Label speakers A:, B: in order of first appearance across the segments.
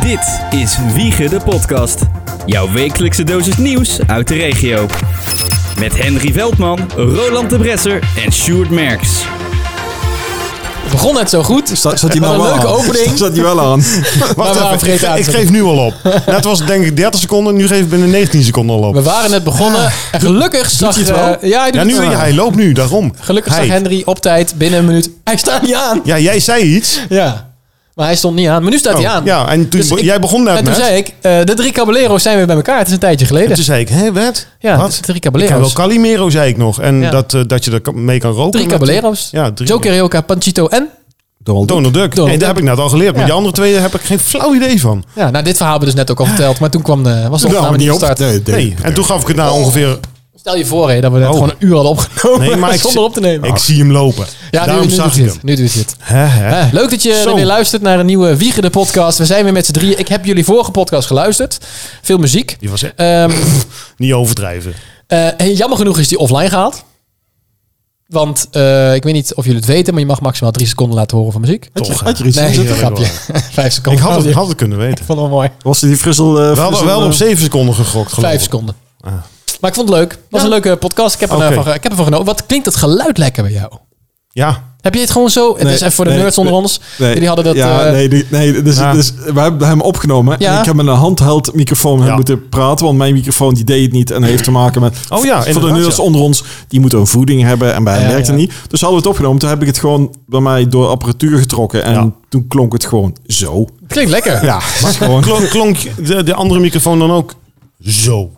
A: Dit is Wiegen de Podcast. Jouw wekelijkse dosis nieuws uit de regio. Met Henry Veldman, Roland de Bresser en Sjoerd Merks.
B: Begon net zo goed.
C: Zat, zat
B: Wat
C: hij nou
B: een
C: wel
B: leuke
C: aan?
B: opening.
C: Zat hij wel aan?
B: Maar we waren vergeten aan te
D: ik
B: zetten.
D: geef nu al op. Net was het denk ik 30 seconden, nu geef ik binnen 19 seconden al op.
B: We waren net begonnen.
D: Ah,
B: En gelukkig zag
C: hij het wel?
B: eh, ja, hij doet
D: ja, nu,
B: het wel.
D: hij loopt nu, daarom.
B: Gelukkig
D: Hij.
B: zag Henry op tijd binnen een minuut. Hij staat niet aan.
D: Ja, jij zei iets.
B: Ja. Maar hij stond niet aan. Maar nu staat
D: Oh,
B: hij aan.
D: Ja, en toen,
B: Dus ik-
D: jij begon net
B: en toen
D: met.
B: zei ik, eh, de drie caballeros zijn weer bij elkaar. Het is een tijdje
D: en
B: geleden. Dus
D: toen zei ik, hé, wat?
B: ja,
D: wat?
B: de drie
D: Ik heb wel
B: caballeros.
D: Calimero, zei ik nog. En
B: Ja.
D: dat, eh, dat je er mee kan roken.
B: Drie
D: met-
B: caballeros.
D: Ja, drie.
B: Joe Carioca, Panchito en...
C: Donald
D: Donald Duck.
B: Donald
D: Nee, dat
B: Duck.
D: heb ik net al geleerd. Maar
B: Ja.
D: die andere twee daar heb ik geen flauw idee van.
B: Ja, nou dit verhaal hebben we dus net ook al verteld. Maar toen kwam de, was de
D: Toen
B: opname
D: kwamen we
B: niet Oh.
D: niet
B: gestart.
C: Nee, nee.
D: Nee, en toen gaf ik het na ongeveer...
B: Stel je voor hè, dat we net
D: Oh.
B: gewoon een uur hadden opgenomen.
D: Nee, maar ik
B: zonder op te nemen.
D: Ik zie hem lopen.
B: ja, nu,
D: Daarom
B: nu
D: zag
B: doet
D: ik
B: hij
D: hem.
B: het. Nu doet hij het.
D: Hè, hè.
B: Hè, Eh, leuk dat je
D: Zo.
B: weer luistert naar een nieuwe Wiegen de podcast. We zijn weer met z'n drieën. Ik heb jullie vorige podcast geluisterd. Veel muziek.
D: Die was echt
B: Ehm,
D: niet overdrijven.
B: eh, en jammer genoeg is die offline gehaald. Want eh, ik weet niet of jullie het weten, maar je mag maximaal drie seconden laten horen van muziek.
C: Had je,
D: Toch, hè?
C: had je er iets
B: Nee,
C: in
B: dat
C: zitten?
B: is een grapje. Vijf
D: Ik
B: seconden.
D: had het, had het kunnen weten.
B: Ik vond het wel mooi.
C: Was die frissel... eh
D: We hadden
C: frissel,
D: wel
C: eh,
D: op 7 seconden gegokt, geloof
B: Vijf
D: ik.
B: seconden. Maar ik vond het leuk. Het was een leuke podcast. Ik heb,
D: Oké.
B: ervan, ik heb ervan genoten. Wat klinkt het geluid lekker bij jou?
D: Ja,
B: Heb je het gewoon zo? Het
C: Nee,
B: is even voor de
C: nee,
B: nerds onder
C: nee,
B: ons.
C: Nee.
B: Jullie hadden dat...
C: Ja,
B: eh,
C: nee, die- nee dus,
D: Ja.
C: dus we hebben hem opgenomen.
B: Ja.
C: En ik heb met een handheld microfoon
D: Ja.
C: moeten praten. Want mijn microfoon die deed het niet. En heeft te maken met...
D: Oh ja,
C: Voor de
D: inderdaad,
C: nerds
D: ja.
C: onder ons, die moeten een voeding hebben. En bij hem
B: Ja,
C: werkte
B: ja.
C: niet. Dus hadden we het opgenomen. Toen heb ik het gewoon bij mij door apparatuur getrokken. En
D: Ja.
C: toen klonk het gewoon zo.
B: het klinkt lekker.
C: Ja, was gewoon...
D: klonk, klonk de, de andere microfoon dan ook zo.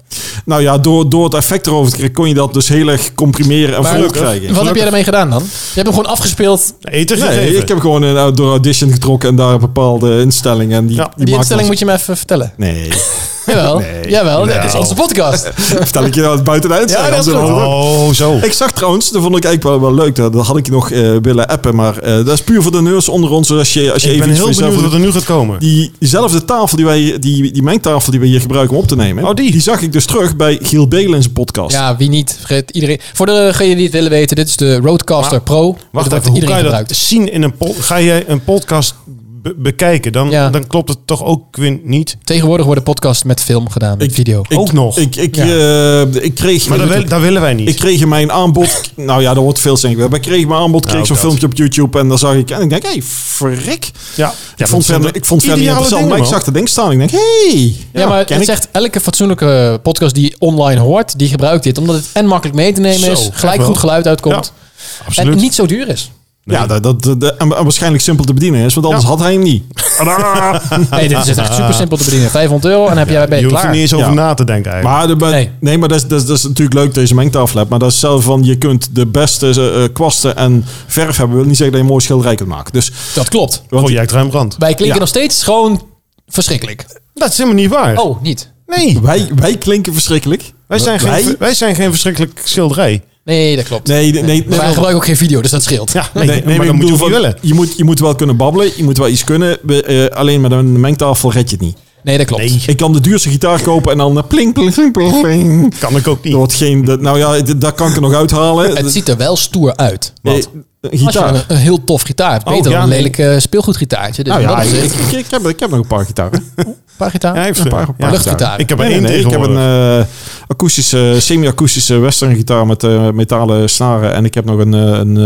C: Nou ja, door, door het effect erover te krijgen, kon je dat dus heel erg comprimeren en
B: Maar
C: vol
D: gelukkig-
C: krijgen.
B: Wat heb jij daarmee gedaan dan? Je hebt hem gewoon afgespeeld
D: Eten gegeven.
C: Nee, ik heb gewoon een, door audition getrokken en daar een bepaalde instellingen. En die,
D: Ja,
B: Die,
C: maakt
B: instelling
C: ons-
B: moet je me even vertellen.
C: Nee,
B: Jawel, jawel dit
D: Nou.
B: is onze podcast.
C: vertel ik je nou het buiten de instelling.
B: Ja, dat is
C: anders
B: goed.
C: dan-
D: Oh, zo.
C: Ik zag trouwens, dat vond ik eigenlijk wel, wel leuk. Dat, dat had ik je nog eh, willen appen, maar eh, dat is puur voor de neus onder ons. Dus als je, als je
D: Ik
C: even
D: ben
C: iets
D: heel
C: voor jezelf
D: benieuwd
C: wil-
D: wat er nu gaat komen.
C: die, diezelfde tafel die wij, die, die mengtafel die we hier gebruiken om op te nemen,
D: Oh, die.
C: zag ik dus terug bij Giel Belen in zijn podcast.
B: Ja, wie niet? Vergeet iedereen. Voor degenen die het willen weten, dit is de Roadcaster
D: Maar-
B: Pro. Dit
D: Wacht
B: wordt
D: even, hoe
B: iedereen
D: kan je
B: gebruikt.
D: dat zien in een podcast? Ga je een podcast be- bekijken, dan,
B: Ja.
D: dan klopt het toch ook Quint niet?
B: Tegenwoordig worden podcasts met film gedaan, met
C: Ik-
B: video.
C: Ik-
D: ook nog.
C: Ik, ik,
B: Ja.
C: eh, ik kreeg
D: maar dat, wil- dat willen wij niet.
C: Ik kreeg mijn aanbod. Nou ja, dat wordt veel zeggen. Maar ik kreeg mijn aanbod, kreeg
D: ook
C: zo'n
D: Nou, dat.
C: filmpje op YouTube. En dan zag ik. En ik denk, hé, hey, verrek.
D: ja.
C: ik, vond het verder, ik vond het verder niet interessant. Maar ik zag dat ding staan. Ik denk, Hey,
B: ja, maar
C: ken
B: het
C: ik.
B: zegt elke fatsoenlijke podcast die online hoort, die gebruikt dit. Omdat het en makkelijk mee te nemen
D: Zo,
B: is,
D: echt
B: gelijk
D: wel.
B: goed geluid uitkomt. en
D: Absoluut.
B: niet zo duur is.
C: Ja, dat, dat, dat- en, en waarschijnlijk simpel te bedienen is. Want anders had hij hem niet.
B: Nee, dit is echt super simpel te bedienen. 500 euro en heb jij, ben
D: je
B: je
D: hoeft er
B: klaar.
D: niet eens
C: Ja.
D: over na te denken eigenlijk.
C: Maar, de- maar-
B: Nee.
C: nee. maar dat is, dat, is, dat is natuurlijk leuk dat je zo'n mengtafel hebt. Maar dat is zelf van, je kunt de beste eh, kwasten en verf hebben. wil niet zeggen dat je een mooi schilderij kunt maken. Dus,
B: Dat klopt.
C: want-
D: Project Ruim Brand.
B: Wij klinken
C: Ja.
B: nog steeds gewoon verschrikkelijk.
D: Dat is helemaal niet waar.
B: Oh, niet.
D: Nee,
C: wij, wij klinken verschrikkelijk.
D: wij zijn, geen,
C: Wij?
D: ver- wij zijn geen verschrikkelijk schilderij.
B: Nee, dat klopt.
C: Nee, nee, nee,
B: Maar wij gebruiken ook geen video, dus dat scheelt.
D: Ja,
C: Nee,
D: nee,
C: nee,
D: maar
C: ik
D: dan moet je
C: bedoel
D: het niet
C: van,
D: willen.
C: Je moet, je moet wel kunnen babbelen, je moet wel iets kunnen. We, eh, alleen met een mengtafel red je het niet.
B: Nee, dat klopt.
D: Nee.
C: Ik kan de duurste gitaar kopen en dan eh, pling, pling, pling, pling, pling.
D: Kan ik ook
C: Er
D: niet.
C: wordt geen, dat, nou ja, d- dat kan ik er nog uithalen.
B: Het ziet er wel stoer uit.
C: Eh, een gitaar.
B: Als je een, een heel tof gitaar hebt.
D: Oh,
B: Beter dan
D: ja,
B: een
D: nee.
B: lelijk eh, speelgoedgitaartje. Dus
C: nou ja,
B: dat is
C: ik,
B: het.
C: ik- ik heb, ik heb nog een paar gitaren.
B: Een paar gitaar.
D: Ja, hij heeft een paar,
C: paar
B: Luchtgitaar.
D: Ik heb er
C: Nee,
D: één
C: nee, ik heb een
D: tegenwoordig.
C: eh, akoestische, semi-akoestische western gitaar met eh, metalen snaren. En ik heb nog een, eh, een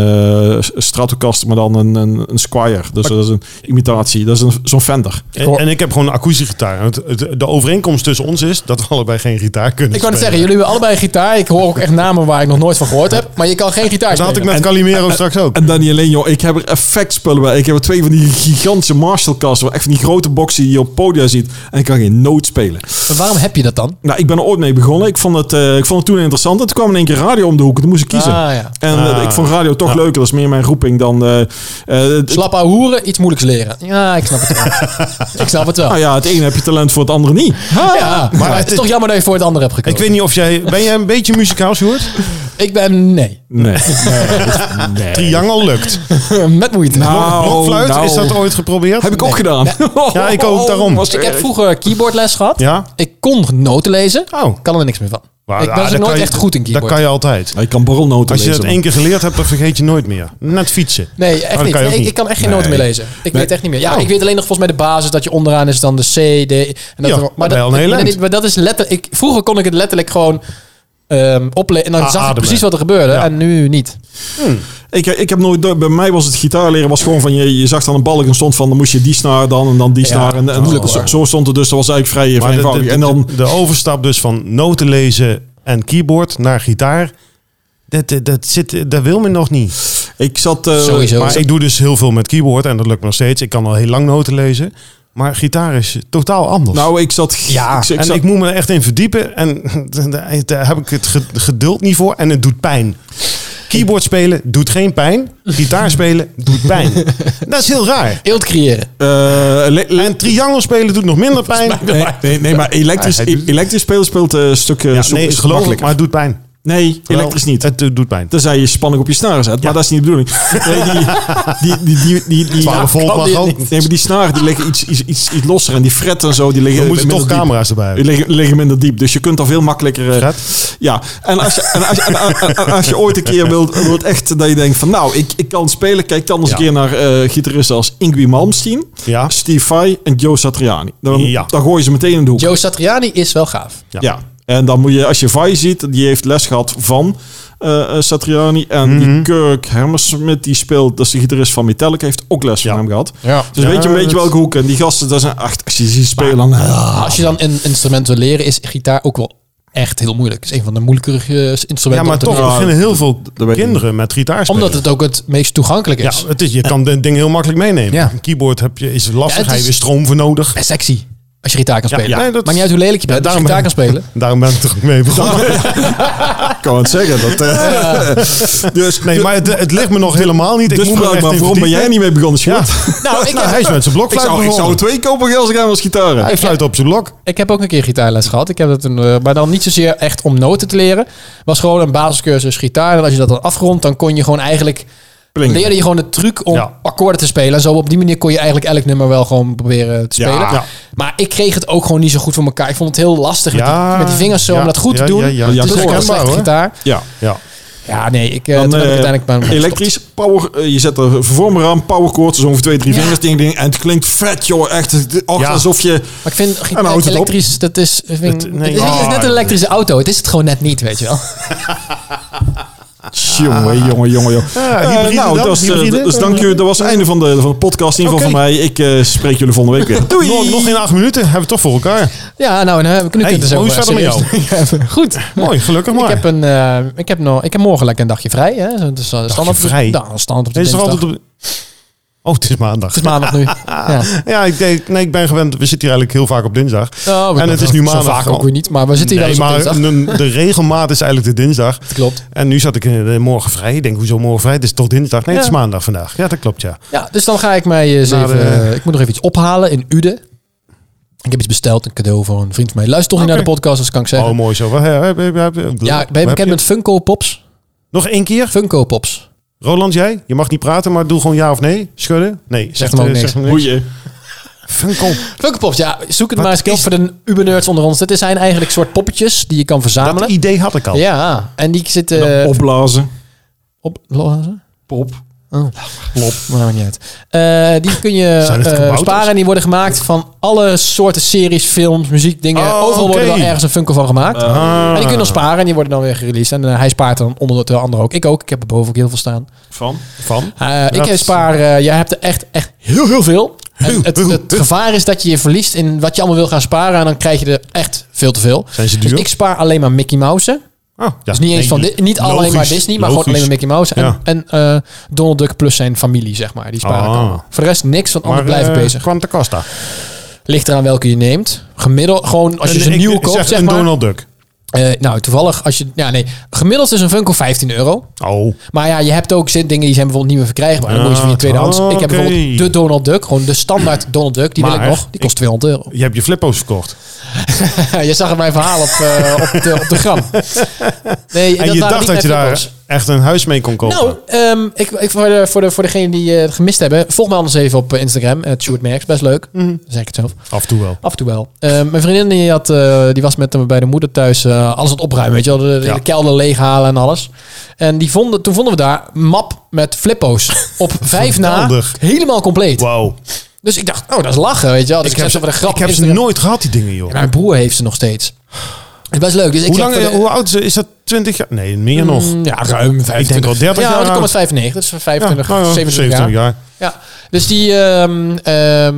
C: eh, Stratocaster, maar dan een, een, een Squire. Dus dat is een imitatie. Dat is een, zo'n Fender.
D: En, en ik heb gewoon een akoestische gitaar. Want het- De overeenkomst tussen ons is dat we allebei geen gitaar kunnen
B: Ik wou net zeggen,
D: spelen.
B: jullie hebben allebei een gitaar. Ik hoor ook echt namen waar ik nog nooit van gehoord heb. Maar je kan geen gitaar
D: Dat had ik
B: spelen.
D: met Calimero straks ook.
C: En dan niet alleen, joh. Ik heb er effectspullen bij. Ik heb er twee van die gigantische Marshall-kasten. Echt van die grote boxen die je op podia ziet. En ik kan geen noot spelen.
B: Maar waarom heb je dat dan?
C: Nou, ik ben er ooit mee begonnen. Ik vond het, eh, ik vond het toen interessant. En toen kwam in één keer radio om de hoek. Toen moest ik kiezen.
B: Ah, ja.
C: En eh,
D: Ah.
C: ik vond radio toch leuker. Dat is meer mijn roeping dan... eh, eh, het-
B: Slap ouwe hoeren, iets moeilijks leren. Ja, ik snap het wel. ik snap het wel.
D: Ah,
C: nou ja, het ene heb je talent voor het andere niet.
B: Ja, maar het is toch jammer dat je voor het ander hebt
D: Ik
B: gekozen.
D: weet niet of jij... Ben jij een beetje muzikaal, Sjoerd?
B: Ik ben, nee,
C: Nee.
D: Triangel lukt.
B: met moeite.
C: Nou,
D: Blokfluit,
C: nou.
D: is dat ooit geprobeerd?
C: Heb ik ook
D: Nee.
C: gedaan. Nou,
D: Ja, ik ook, daarom.
C: Was
B: ik heb
C: erg.
B: vroeger keyboardles gehad.
D: Ja?
B: Ik kon noten lezen.
D: Oh.
B: Ik kan er niks meer van.
D: Maar,
B: Ik ben
D: ah,
B: ze
D: dat
B: nooit
D: kan je-
B: echt goed in keyboard.
D: Dat kan je altijd.
C: Hij kan borrelnoten
D: Als je
C: lezen.
D: dat één keer geleerd hebt, dan vergeet je nooit meer. Net fietsen. Oh,
B: Nee, echt
D: dat
B: niet.
D: kan je ook
B: Nee,
D: niet.
B: Ik kan echt geen noten meer lezen. Ik weet echt niet meer. Ja,
D: Oh.
B: ik weet alleen nog volgens mij de basis dat je onderaan is dan de C, D. En dat
D: Ja,
B: er-
D: maar wel een heel
B: maar,
D: eind.
B: maar dat is letterlijk. Ik, vroeger kon ik het letterlijk gewoon ehm oplezen. En dan zag ik
D: Ah, Ademen.
B: precies wat er gebeurde.
D: Ja.
B: En nu niet.
C: Ik, eh, ik heb nooit, door- bij mij was het gitaar leren was gewoon van je, je zag dan een balk en stond van dan moest je die snaar dan en dan die snaar en, en
B: moeilijk
C: zo,
B: hoor.
C: zo stond het dus dat was eigenlijk vrij
D: Oh, Maar de,
C: eenvoudig
D: de-
C: en dan
D: de overstap dus van noten lezen en keyboard naar gitaar. Dat, dat, dat zit, dat wil men nog niet.
C: ik zat eh,
B: Sowieso.
D: maar ik doe dus heel veel met keyboard en dat lukt me nog steeds. Ik kan al heel lang noten lezen. Maar gitaar is totaal anders.
C: nou ik zat
D: ja,
C: ik, ik
D: en
C: zat-
D: ik moet me er echt in verdiepen. En daar- daar heb ik het ge- geduld niet voor. En het doet pijn. Keyboard spelen doet geen pijn. Gitaar spelen doet pijn. Dat is heel raar.
B: Eelt creëren.
C: eh, le- le-
D: En triangel spelen doet nog minder pijn.
C: nee, nee, nee, maar elektrisch,
D: Hij doet het.
C: elektrisch spelen speelt eh, een stuk eh,
D: Ja,
C: zo-
D: nee,
C: is
D: het geloof ik,
C: gemakkelijker.
D: maar het doet pijn.
C: nee elektrisch niet
D: Het eh, doet pijn.
C: tenzij je spanning op je snaren zet maar dat is niet de bedoeling nee, die, die, die, die, die, die,
D: 12 volt
C: kan
D: mag
C: dit
D: ook.
C: niet. nee maar die snaren die liggen iets, iets, iets, iets losser en die fretten en zo die liggen
D: Dan moeten
C: minder
D: toch
C: diep.
D: camera's erbij
C: Die
D: hebben.
C: liggen, liggen minder diep. Dus je kunt al veel makkelijker. eh,
D: Gaat?
C: ja, en als je, en als, je, en- en- en als je ooit een keer wilt, wilt echt dat je denkt van nou, ik, ik kan spelen. Kijk dan eens
D: Ja.
C: een keer naar eh, gitaristen als Ingwie Malmsteen,
D: Ja.
C: Steve Vai en Joe Satriani. Dan,
D: Ja.
C: dan gooi je ze meteen in de hoek.
B: Joe Satriani is wel gaaf.
C: ja. En dan moet je, als je Vai ziet, die heeft les gehad van eh, eh, Satriani. En
D: Mhm.
C: die Kirk Hammersmith, die speelt, dat is de gitarist van Metallica, heeft ook les
D: Ja.
C: van hem gehad.
B: Ja.
C: Dus
D: Ja,
C: weet je een beetje
D: dat-
C: welke hoek. En die gasten, dat zijn echt, als je ziet spelen, dan... ah.
B: Als je dan een instrument wil leren, is gitaar ook wel echt heel moeilijk. Het is een van de moeilijkere eh, instrumenten.
D: Ja, maar
B: om te
D: toch
B: leren.
D: beginnen heel veel
C: Ah, dat weet ik
D: kinderen met gitaar spelen.
B: Omdat het ook het meest toegankelijk is.
D: ja, het is, je kan dit ding heel makkelijk meenemen.
B: Ja.
D: Een keyboard heb je, is lastig,
B: Ja, het
D: heb je
B: is-
D: stroom voor nodig.
B: En sexy. Als je gitaar kan
D: Ja,
B: spelen.
D: ja. Nee, dat-
B: Maakt niet uit hoe lelijk je bent.
D: Ja,
B: als je gitaar
D: daarom-
B: kan spelen.
D: Daarom ben ik er ook mee begonnen.
C: Ik kan het zeggen. Dat, eh, dus,
D: Nee, maar het, het ligt me nog helemaal niet. Ik
C: dus
D: moet me
C: vraag
D: echt
C: ik maar,
D: in
C: waarom ben jij
D: verdiepen.
C: niet mee begonnen,
D: Ja.
C: Sjoerd?
B: Nou, ik
D: Nou,
B: heb,
D: hij is met zijn
C: Ik
D: blokfluit
C: zou, ik
D: begonnen.
C: zou er twee kopen geld gaan als gitaren.
D: Hij fluit op zijn blok.
B: ik heb ook een keer gitaarles gehad. Ik heb dat een, eh, maar dan niet zozeer echt om noten te leren. Was gewoon een basiscursus gitaar. En als je dat dan afrondt, dan kon je gewoon eigenlijk...
C: Plinken.
B: Leerde je gewoon de truc om
D: Ja.
B: akkoorden te spelen. En zo op die manier kon je eigenlijk elk nummer wel gewoon proberen te
D: Ja.
B: spelen.
D: Ja.
B: Maar ik kreeg het ook gewoon niet zo goed voor elkaar. Ik vond het heel lastig met,
D: Ja.
B: die, met die vingers zo
D: Ja.
B: om dat goed
D: Ja,
B: te doen.
D: ja, ja.
B: Dus
C: Ja,
B: ik
C: dat
B: had
C: is
B: een
D: herkenbaar,
B: slechte
D: hoor.
B: gitaar.
C: Ja.
D: Ja.
B: Ja, nee, ik, eh, toen
C: Dan,
B: heb ik
C: eh,
B: uiteindelijk maar
C: elektrisch, power, eh, je zet er vervormer aan, powerkoord, dus ongeveer twee, drie
B: Ja.
C: vingers, ding, ding, en het klinkt vet, joh, echt, het- och,
D: Ja.
C: alsof je...
B: Maar ik vind
C: En dan houdt
B: gitaar
C: het op.
B: elektrisch, dat is, ik vind,
D: Het-
B: het,
D: nee.
B: is, het is
D: Ah,
B: net een elektrische auto. Het is het gewoon net niet, weet je wel.
C: Jongen, jongen, jongen, jongen.
D: Ah. Ja, hybride
C: Eh, nou,
D: dan,
C: dat was, eh,
D: hybride.
C: dus dank u, dat was het einde van de, van de podcast, in ieder geval
D: Oké.
C: van mij. Ik eh, spreek jullie volgende week weer. Doei!
D: Nog, nog in acht minuten hebben we het toch voor elkaar.
B: Ja, nou, en, eh, we kunnen
D: Hey,
B: het dus
D: hoe
B: ook
D: is het
B: eh,
D: verder met
B: serieus hebben. Goed.
D: Mooi, gelukkig
B: Ik
D: maar.
B: heb, een, eh, ik, heb nog, ik heb morgen lekker een dagje vrij. Hè? Zo, Dus, eh, standaard,
D: vrij?
B: Nou, standaard op de
D: Is er
B: dinsdag.
D: altijd op... Oh, het is maandag.
B: Het is maandag nu. ja.
D: Ja, ik, denk, nee, ik ben gewend. We zitten hier eigenlijk heel vaak op dinsdag.
B: Nou, we-
D: en het is nu
B: zo
D: maandag.
B: vaak ook weer niet, maar we zitten hier
D: Nee,
B: wel
D: maar
B: eens op dinsdag.
D: de, de regelmaat is eigenlijk de dinsdag.
B: Dat klopt.
D: En nu zat ik in de morgen vrij. Ik denk, hoezo morgen vrij? Het is toch dinsdag? Nee, het is
B: Ja.
D: maandag vandaag. Ja, dat klopt, ja.
B: Ja, dus dan ga ik mij eens
D: Naar
B: even...
D: de-
B: eh, ik moet nog even iets ophalen in Uden. Ik heb iets besteld, een cadeau voor een vriend van mij. Luister toch niet
D: Oké.
B: naar de podcast, dat kan ik zeggen.
D: Oh, mooi zo. Wat heb- heb- heb- heb-
B: ja, ben je
D: heb
B: bekend met Funko Pops?
D: Nog één keer?
B: Funko Pops.
D: Roland, jij? Je mag niet praten, maar doe gewoon ja of nee. Schudden? Nee. Zeg
B: hem ook niks.
C: Boeien.
D: Funko.
B: Funko Pops, ja. Zoek het
D: Wat
B: maar eens op
D: is-
B: voor de Ubernerds onder ons. Dit zijn eigenlijk soort poppetjes die je kan
D: Dat
B: verzamelen.
D: idee had ik al.
B: ja, en die zitten... eh,
C: Opblazen.
B: op, op
C: Pop.
B: Plop, maar dat maakt niet uit. Eh, die kun je
D: Zijn het
B: eh,
D: kabouters?
B: sparen en die worden gemaakt van alle soorten series, films, muziek, dingen.
D: Oh,
B: Overal worden
D: oké.
B: wel ergens een Funko van gemaakt.
D: Ah.
B: En die kun je dan sparen en die worden dan weer gereleased. En eh, hij spaart dan onder de ander ook. Ik ook. Ik heb er boven ook heel veel staan.
C: Van?
D: Van?
B: Eh,
D: Dat-
B: ik spaar, eh, jij hebt er echt, echt heel, heel veel. En het, het gevaar is dat je je verliest in wat je allemaal wil gaan sparen. En dan krijg je er echt veel te veel.
D: Zijn ze
B: Dus
D: duur?
B: ik spaar alleen maar Mickey Mouse'en.
D: Ah, ja.
B: Dus niet eens
D: Nee,
B: van Di- niet alleen maar
D: logisch,
B: Disney, maar gewoon
D: logisch.
B: alleen maar Mickey Mouse. En,
D: Ja.
B: en eh, Donald Duck plus zijn familie, zeg maar. Die sparen
D: Ah.
B: ik allemaal. Voor de rest niks, want anders
D: Maar,
B: blijf ik
D: eh,
B: bezig.
D: Quanta Costa.
B: Ligt eraan welke je neemt. Gemiddeld, gewoon als je
D: Een-
B: ze
D: Eh, ik-
B: nieuw
D: ik
B: koopt, zeg,
D: een
B: maar.
D: Donald Duck.
B: Eh, nou, toevallig als je... Ja, nee. Gemiddeld is een Funko 15 euro.
D: Oh.
B: Maar ja, je hebt ook zin- dingen die zijn bijvoorbeeld niet meer verkrijgbaar. Dan moet je ze van je
D: Ah,
B: tweedehands...
D: oké.
B: Ik heb bijvoorbeeld de Donald Duck. Gewoon de standaard Donald Duck. Die wil
D: Maar,
B: ik nog. Die kost 200 euro.
D: Je hebt je flippo's verkocht.
B: je zag het mijn verhaal op, eh, op, de, op de gram. Nee,
D: En je
B: waren
D: dacht
B: niet
D: dat je
B: mijn
D: daar
B: flippo's.
D: echt een huis mee kon kopen.
B: Nou, ehm, ik, ik, voor, de, voor, de, voor degenen die eh, het gemist hebben, volg me anders even op eh, Instagram. Het Merks, best leuk.
D: Mhm.
B: Dan zeg ik het zelf.
D: Af en toe wel.
B: Af en toe wel. Eh, mijn vriendin die had, eh, die was met hem bij de moeder thuis eh, alles aan het opruimen. Weet je wel, de, de
D: Ja.
B: kelder leeghalen en alles. En die vonden, toen vonden we daar map met flippo's op vijf na.
D: Geweldig.
B: Helemaal compleet.
D: Wow.
B: Dus ik dacht, oh, dat is lachen, weet je wel. Dus ik, heb ze voor de grap.
D: ik heb
B: op
D: ze
B: Instagram.
D: nooit gehad, die dingen, joh.
B: Ja, Mijn broer heeft ze nog steeds. Het is best leuk. Dus ik
D: hoe,
B: zeg
D: lang,
B: voor de-
D: hoe oud is, is dat? 20 jaar? Nee, meer nog.
B: Mm, Ja, ruim 25.
D: Ik denk al 30
B: ja,
D: jaar
B: Ja,
D: oud.
B: komt uit 95. Dus 25,
D: nou
B: 27, jaar. Ja, dus die... ehm, ehm,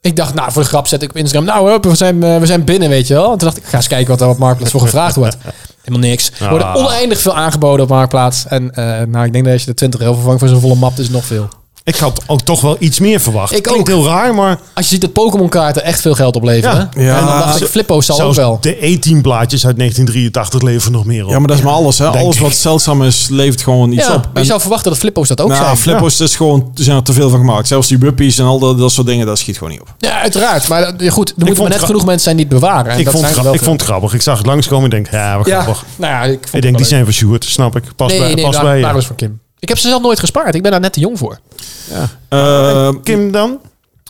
B: ik dacht, nou, voor de grap zet ik op Instagram... Nou, hup, we zijn, eh, we zijn binnen, weet je wel. En toen dacht ik, ik ga eens kijken wat er op Marktplaats voor gevraagd wordt. Helemaal niks. Er worden
D: Ah.
B: oneindig veel aangeboden op Marktplaats. En eh, nou, ik denk dat als je de 20 euro vervangt voor zo'n volle map, dus nog veel.
D: Ik had ook toch wel iets meer verwacht.
B: Ik
D: Klinkt
B: ook.
D: heel raar, maar
B: Als je ziet dat Pokémon-kaarten echt veel geld opleveren.
D: Ja.
C: Ja.
B: En dan dacht ik, Flippo zal ook
D: zelfs
B: wel.
D: de 18 blaadjes uit 1983 leveren nog meer op.
C: Ja, maar dat is maar alles. Hè.
D: Denk
C: Alles
D: ik.
C: wat zeldzaam is, levert gewoon iets
B: Ja,
C: op.
B: maar je zou verwachten dat Flippo's dat ook
C: nou,
B: zijn.
C: Flippo's is gewoon, er zijn er te veel van gemaakt. Zelfs die Wuppies en al dat, dat soort dingen, dat schiet gewoon niet op.
B: Ja, uiteraard. Maar eh, goed, er moeten
D: vond
B: maar net
D: gra-
B: genoeg mensen zijn die het bewaren. En
D: ik,
B: dat zijn
D: vond het
B: er
D: gra-
B: wel
D: ik
B: veel.
D: vond het grappig. Ik zag het langskomen en ik denk, ja, wat
B: Ja,
D: grappig.
B: nou ja, ik, vond
D: Ik
B: het
D: denk, die
B: wel
D: zijn van Sjoerd, snap ik. Pas
B: leuk.
D: bij,
B: nee, nee,
D: pas
B: daar-
D: bij je.
B: daar was van Kim. Ik heb ze zelf nooit gespaard. Ik ben daar net te jong voor.
C: Eh,
D: Kim dan?